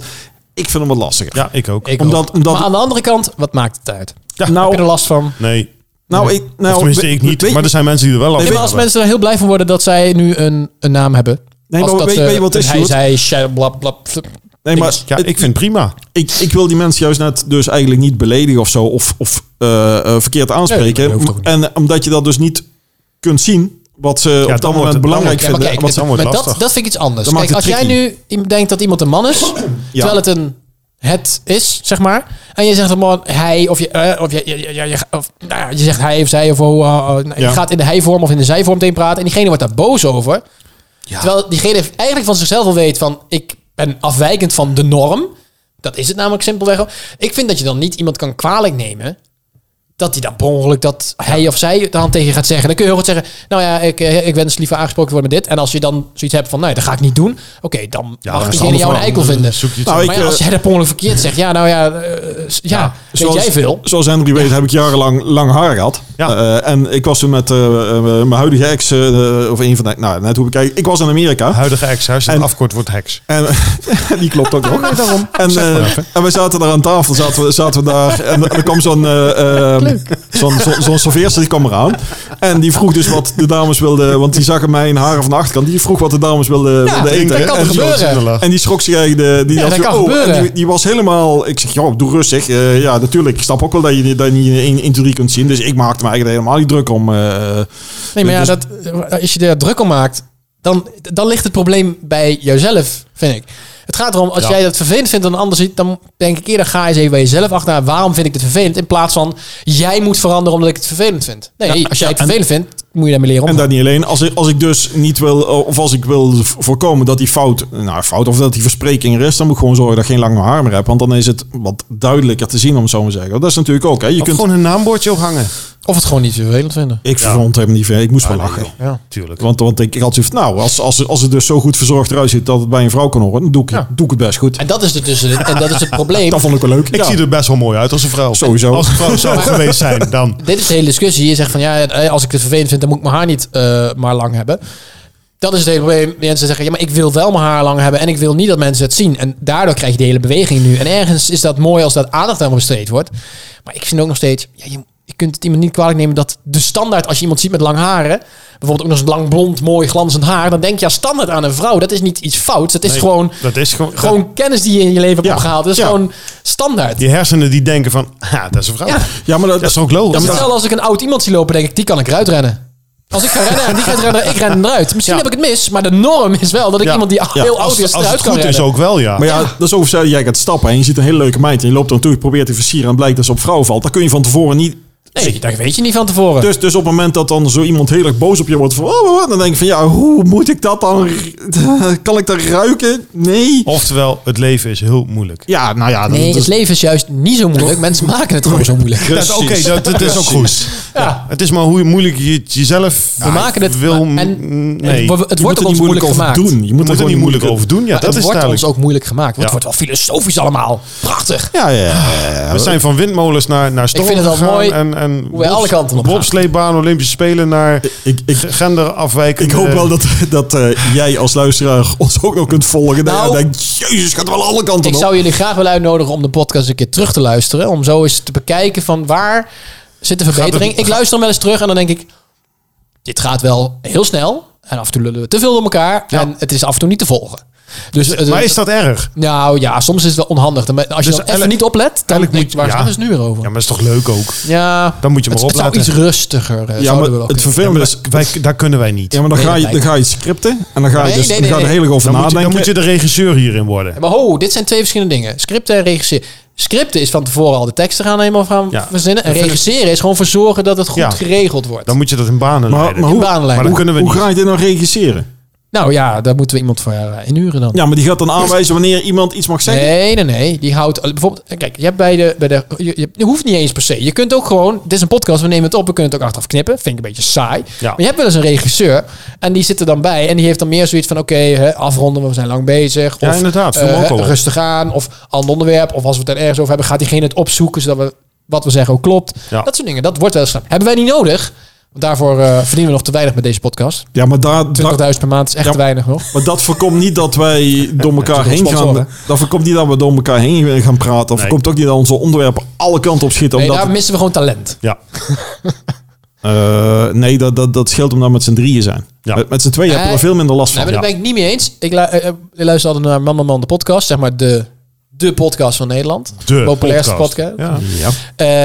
C: Ik vind hem wat lastiger.
D: Ja, ik ook.
B: Ik
C: Omdat-
B: ook.
C: omdat-
B: maar aan de andere kant, wat maakt het uit?
D: Ja.
B: Heb
C: Nou,
B: je er last van?
D: Nee.
C: Nou, ik, nou,
D: Of tenminste,
C: we-
D: ik
C: weet je-
D: niet. Maar er zijn mensen die er wel af
B: Nee, maar als mensen er heel blij van worden dat zij nu een, een naam hebben.
C: Nee,
B: als
C: maar
B: dat
C: weet-
B: ze
C: weet je wat
B: een
C: is,
B: hij,
C: Sjoerd?
B: zij, sja, blab, blab, flub.
C: nee, maar
D: Ja, ik vind prima.
C: ik, ik wil die mensen juist net dus eigenlijk niet beledigen of zo. Of, of eh, eh, verkeerd
B: Nee,
C: aanspreken.
B: dat hoeft ook niet.
C: en eh, omdat je dat dus niet kunt zien. Wat ze op
D: dan
C: dat
D: wordt
C: moment
D: het-
C: belangrijk
D: dan
B: Ja, maar kijk,
C: vinden. wat
B: het-
C: ze-
D: dan wordt
B: maar dat,
D: lastig.
B: dat vind ik iets anders.
C: Dat
B: kijk,
C: maakt
B: als
C: het
B: jij nu i- denkt dat iemand een man is, terwijl het een het is, zeg maar. En je zegt een man, hij, of je, eh, of je, je, je, je- je- of, nou ja, je zegt hij of zij, of hoe, eh, eh, nou,
C: Ja.
B: je gaat in de hij-vorm of in de zij-vorm tegen praten. En diegene wordt daar boos over. Terwijl diegene heeft eigenlijk van zichzelf al weet van, ik ben afwijkend van de norm. Dat is het namelijk simpelweg. ook. Ik vind dat je dan niet iemand kan kwalijk nemen dat hij dan per ongeluk dat hij of zij de hand tegen je gaat zeggen. Dan kun je heel goed zeggen, nou ja, ik, eh, ik wens liever aangesproken te worden met dit. En als je dan zoiets hebt van, nee, dat ga ik niet doen. Oké, dan
D: Ja, dat
B: mag
D: is
B: diegene
D: een
B: jou een
D: ander
B: eikel
D: verhaal.
B: vinden.
D: Zoek je het
C: Nou,
D: uit.
C: ik,
B: maar ja, als jij dat per ongeluk verkeerd zegt, ja, nou ja, eh, s- ja, weet
C: Zoals-
B: jij veel.
C: Zoals Henry weet heb ik jarenlang lang haar gehad.
D: Ja.
C: Eh, en ik was toen met eh, eh, mijn huidige ex, eh, of een van de, nou net hoe ik kijk, ik was in
B: Ah,
C: Amerika.
D: Huidige ex-huis en
C: En-
D: afkort wordt heks.
C: En die klopt ook nog. En,
D: Zeg maar
C: eh,
D: even.
C: en we zaten daar aan tafel, zaten we, zaten we daar. En er kwam zo'n eh, eh, zo'n zo'n zo'n serveerster, die kwam eraan. En die vroeg dus wat de dames wilden, want die zagen mij in haren van de achterkant. Die vroeg wat de dames wilden,
B: Ja,
C: wilden eten.
B: dat kan
C: en,
B: gebeuren.
C: en die schrok zich eigenlijk. De, die
B: Ja,
C: had
B: dat
C: zo-
B: kan
C: oh,
B: gebeuren.
C: en die, die was helemaal. Ik zeg, joh, doe rustig. Eh, ja, natuurlijk. Ik snap ook wel dat je dat je niet in één theorie kunt zien. Dus ik maakte me eigenlijk helemaal niet druk om. eh,
B: Nee, maar ja,
C: dus-
B: dat, eh, als je daar druk om maakt, dan, dan ligt het probleem bij jouzelf, vind ik. Het gaat erom, als
D: Ja.
B: jij dat vervelend vindt en een ander ziet, dan denk ik eerder ga eens even bij jezelf achterna. Waarom vind ik het vervelend? In plaats van, jij moet veranderen omdat ik het vervelend vind. Nee, als jij het vervelend vindt, moet je daarmee leren
C: En
B: omgaan.
C: dat niet alleen. Als ik, als ik dus niet wil, of als ik wil voorkomen dat die fout, nou fout, of dat die verspreking er is, dan moet ik gewoon zorgen dat ik geen lange haar meer heb. Want dan is het wat duidelijker te zien, om het zo maar te zeggen. Dat is natuurlijk ook. Hè. Je
D: Je kunt
C: kunt,
D: gewoon een naambordje ophangen.
B: Of het gewoon niet vervelend vinden.
C: ik vervond hem niet ver. Ik moest wel
D: nee,
C: lachen.
D: joh.
B: Ja.
D: Tuurlijk.
C: Want, want ik, ik had zoiets van, nou, als, als, als het dus zo goed verzorgd eruit ziet dat het bij een vrouw kan horen, dan doe ik, doe ik het best goed.
B: En dat is, het dus, en dat is het probleem.
C: Dat vond ik wel leuk.
D: Ik
C: Ja.
D: zie er best wel mooi uit als een vrouw.
C: Sowieso.
D: Als een vrouw zou geweest zijn, dan.
B: Dit is de hele discussie. Je zegt van ja, eh, als ik het vervelend vind, dan moet ik mijn haar niet eh, maar lang hebben. Dat is het hele probleem. Mensen zeggen ja, maar ik wil wel mijn haar lang hebben en ik wil niet dat mensen het zien. En daardoor krijg je de hele beweging nu. En ergens is dat mooi als dat aandacht aan besteed wordt. Maar ik vind ook nog steeds, ja, je, je kunt het iemand niet kwalijk nemen dat de standaard, als je iemand ziet met lang haren, bijvoorbeeld ook nog eens lang blond, mooi glanzend haar, dan denk je ja, standaard aan een vrouw. Dat is niet iets fouts. Dat is
D: Nee,
B: gewoon,
D: Dat is gewoon.
B: gewoon kennis die je in je leven hebt
C: Ja,
B: opgehaald. Dat is
C: ja.
B: gewoon standaard.
D: Die hersenen die denken van, ha, dat is een vrouw.
B: Ja.
C: Ja, maar dat,
D: Dat is toch ook logisch?
C: Ja, maar dat-
B: Stel als ik een oud iemand zie lopen, denk ik, die kan ik eruit rennen. Als ik ga rennen en die gaat rennen, ik ren eruit. Misschien
D: Ja.
B: heb ik het mis, maar de norm is wel dat ik
D: Ja.
B: iemand die
C: Ja,
B: heel
D: Als,
B: oud is
D: als het
B: eruit kan
D: goed is
B: rennen.
D: ook wel, ja.
C: Maar ja, dat is over jij gaat stappen en je ziet een hele leuke meid en je loopt er naartoe, je probeert te versieren en blijkt dat ze op vrouw valt. Dan kun je van tevoren niet...
B: Nee, dat weet je niet van tevoren.
C: Dus, dus op het moment dat dan zo iemand heel erg boos op je wordt, van, oh, oh, oh, dan denk je van ja, hoe moet ik dat dan? Kan ik dat ruiken? Nee.
D: Oh. Oftewel, het leven is heel moeilijk.
C: Ja, nou ja. dat-
B: nee,
C: dat-
D: dus
B: het leven is juist niet zo moeilijk. Mensen maken het gewoon zo moeilijk.
D: Dat is Oké,
C: Precies.
D: dat, dat is ook goed.
B: Ja.
D: Het is maar hoe moeilijk je het jezelf
B: We maken het-
D: wil.
B: maar- en-
D: nee.
B: Het, wordt
C: Je moet
B: ook ons moeilijk
C: over
B: gemaakt.
C: doen. Je
D: je
C: moet
D: moet er niet moeilijk over doen. Ja,
B: Maar
D: dat
B: het
D: is
B: wordt
D: duidelijk.
B: ons ook moeilijk gemaakt. Want
D: Ja.
B: het wordt wel filosofisch allemaal. Prachtig.
C: Ja, ja, ja. ja.
D: We zijn van windmolens naar, naar stormen
B: vind het al
D: gegaan
B: mooi
D: En, en
B: we alle kanten op gaan.
D: bobsleebaan, Olympische Spelen naar
C: Ik, ik,
D: genderafwijkende...
C: ik hoop wel dat, dat eh, jij als luisteraar ons ook nog kunt volgen. Dat
B: Nou.
C: je denkt, jezus, gaat wel alle kanten
B: Ik
C: op.
B: zou jullie graag willen uitnodigen om de podcast een keer terug te luisteren. Om zo eens te bekijken van waar zit de verbetering.
D: het-
B: ik luister hem wel eens terug en dan denk ik... Dit gaat wel heel snel. En af en toe lullen we te veel door elkaar. En het is af en toe niet te volgen. Dus, eh,
D: Maar is dat erg?
B: Nou ja, soms is het wel onhandig. Dan- Als je
D: Dus
B: dan even
D: eigenlijk-
B: niet oplet, dan denk
D: eigenlijk
B: je,
D: moet-
B: waar
D: ja.
B: gaat het nu weer
D: Ja,
B: over?
D: maar is toch leuk ook?
B: Ja,
D: Dan moet je maar
B: het, het zou
D: opletten.
B: iets rustiger eh,
C: ja,
B: zouden
C: maar
B: we wel
C: het
B: kunnen.
C: vervelende is...
D: Wij, daar kunnen wij niet.
C: Ja, maar dan
B: Nee,
C: ga, je,
B: dat
C: dan ga je scripten en dan ga je,
B: Nee,
C: dus,
B: nee,
C: dan
B: nee,
C: ga je er
B: nee.
C: heel erg over
D: dan, moet je, dan
C: nadenken.
D: moet je de regisseur hierin worden.
B: Maar ho, dit zijn twee verschillende dingen. Scripten en regisseren. Scripten is van tevoren al de teksten gaan helemaal gaan
D: Ja.
B: verzinnen. En
D: Dat vind ik-
B: regisseren is gewoon voor zorgen dat het goed
D: Ja.
B: geregeld wordt.
D: Dan moet je dat in banen
C: Maar-
D: leiden.
C: maar hoe-
B: banen leiden.
D: Maar dat kunnen we
C: Hoe
D: niet.
C: ga je dit nou regisseren?
B: Nou ja, daar moeten we iemand voor eh, inhuren dan.
C: Ja, maar die gaat dan aanwijzen wanneer iemand iets mag zeggen.
B: Nee, nee, nee. Die houdt eh, bijvoorbeeld. Kijk, je hebt bij de. Bij de je, je- je hoeft niet eens per se. Je kunt ook gewoon. Dit is een podcast, we nemen het op. We kunnen het ook achteraf knippen. Vind ik een beetje saai.
D: Ja.
B: Maar je hebt wel eens een regisseur. En die zit er dan bij. En die heeft dan meer zoiets van: oké, hè, afronden, we zijn lang bezig.
D: Ja,
B: of,
D: inderdaad,
B: eh,
D: viel me ook
B: hè,
D: al op.
B: rustig aan. Of ander onderwerp. Of als we het er ergens over hebben, gaat diegene het opzoeken. Zodat we wat we zeggen ook klopt.
D: Ja.
B: Dat soort dingen. Dat wordt wel eens. gedaan. Hebben wij niet nodig. Want daarvoor eh, verdienen we nog te weinig met deze podcast.
D: Nou-
B: 20.000
C: Ja, maar daar, daar-
B: per maand is echt
C: Ja.
B: te weinig nog.
C: Maar dat voorkomt niet dat wij door elkaar heen gaan.
B: sponsoren.
C: Dat voorkomt niet dat we door elkaar heen gaan praten. Dat voorkomt ook niet dat onze onderwerpen alle kanten op schieten.
B: Nee,
C: Omdat
B: daar missen we gewoon talent.
D: Ja,
C: Eh, nee dat, dat, dat scheelt omdat we met z'n drieën zijn.
D: Ja.
C: Met, met z'n tweeën hebben we er
B: Nee.
C: veel minder last
B: Nee,
C: van.
B: maar Nou, daar ben ik niet mee eens. Ik, lu- eh, eh, ik luister altijd naar Man Man Man, de podcast. Zeg maar de, de podcast van Nederland.
D: de
B: populairste podcast.
D: Ja.
C: Ja.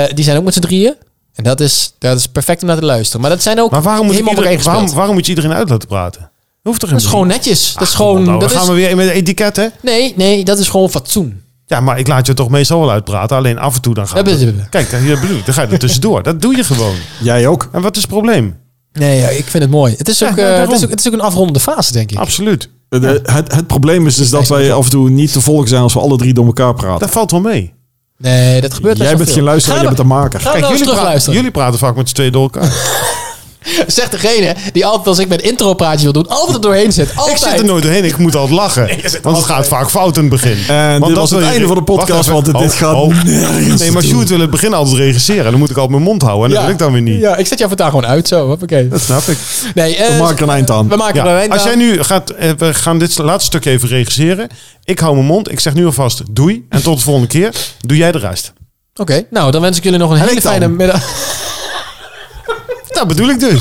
B: Eh, die zijn ook met z'n drieën. En dat is, dat is perfect om naar te luisteren. Maar dat zijn ook
D: Maar waarom moet, je
B: helemaal op
D: iedereen,
B: elkaar
D: waarom,
B: gespeeld.
D: waarom moet je iedereen uit laten praten? Hoeft er
B: Dat is gewoon netjes. dat is gewoon...
D: Ah, Dan
B: dat
D: gaan
B: is,
D: we weer met etiket, hè?
B: Nee, nee, dat is gewoon fatsoen.
D: Ja, maar ik laat je toch meestal wel uitpraten. Alleen af en toe dan
B: Dat
D: gaan
B: bedoel
D: we...
B: ik.
D: Kijk, dat dat bedoel ik. Dan ga je er tussendoor. Dat doe je gewoon.
C: Jij ook.
D: En wat is het probleem?
B: Nee, ja, Ah. ik vind het mooi. Het is
D: Ja,
B: ook,
D: ja,
B: eh, het
D: daarom.
B: is ook, het is ook een afrondende fase, denk ik.
D: Absoluut.
C: Eh, De- het, het probleem is dus dat wij af en toe niet te volgen zijn als we alle drie door elkaar praten.
D: Dat valt wel mee.
B: Nee, dat gebeurt
C: Jij bent geen luisteraar, jij
B: je
C: bent de maker.
B: Ga nou eens
D: jullie,
B: terug
D: praten,
B: luisteren.
D: jullie praten vaak met z'n tweeën door elkaar.
B: Zegt degene die altijd als ik met intro praatje wil doen, altijd er doorheen zit. Altijd.
D: ik zit er nooit doorheen. Ik moet altijd lachen. want het gaat vaak fout in het begin.
C: Eh, dit
D: dat
C: was het
D: wil je-
C: einde van de podcast,
D: Wacht even. Oh,
C: want dit gaat nergens
D: Nee, maar
C: toe.
D: Sjoerd wil het begin altijd regisseren. Dan moet ik altijd mijn mond houden. En dat
B: Ja.
D: wil ik dan weer niet.
B: Ja, ik zet jou vandaag gewoon uit zo. Hoppakee.
D: Dat snap ik.
B: Nee, eh,
C: We maken er een eind aan.
B: we maken er
D: Ja,
B: een eind
D: als
B: aan.
D: jij nu gaat, eh, we gaan dit laatste stukje even regisseren. Ik hou mijn mond. Ik zeg nu alvast doei. En tot de volgende keer. Doe jij de rest.
B: Oké, nou dan wens ik jullie nog een hele
C: ik dan?
B: fijne middag.
D: Dat bedoel ik dus.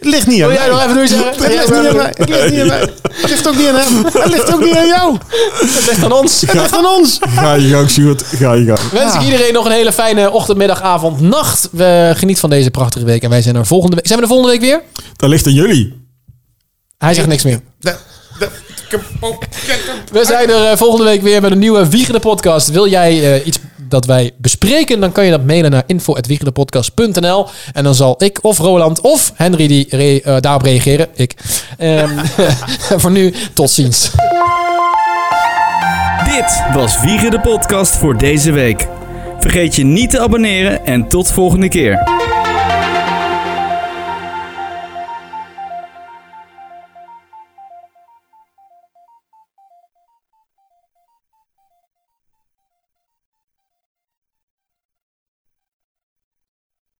D: Het ligt niet aan
B: Wil jij
D: mij.
B: nog even doei zeggen?
D: Het ligt niet aan mij. Het ligt niet aan mij. Het ligt ook niet aan hem. Het ligt ook niet aan jou.
B: Het ligt aan ons.
D: Het ligt aan ons.
C: Ga je gang, Sjoerd. Ga je gang.
B: Wens ik iedereen nog een hele fijne ochtend, middag, avond, nacht. We geniet van deze prachtige week en wij zijn er volgende week. Zijn we er volgende week weer?
C: Dat ligt aan jullie.
B: Hij zegt niks meer. We zijn er eh, volgende week weer met een nieuwe Wiegende Podcast. Wil jij eh, iets dat wij bespreken, dan kan je dat mailen naar info.wiegendepodcast.nl en dan zal ik of Roland of Henry die re- eh, daarop reageren. Ik. Ehm, voor nu, tot ziens.
A: Dit was Wiegen de Podcast voor deze week. Vergeet je niet te abonneren en tot volgende keer.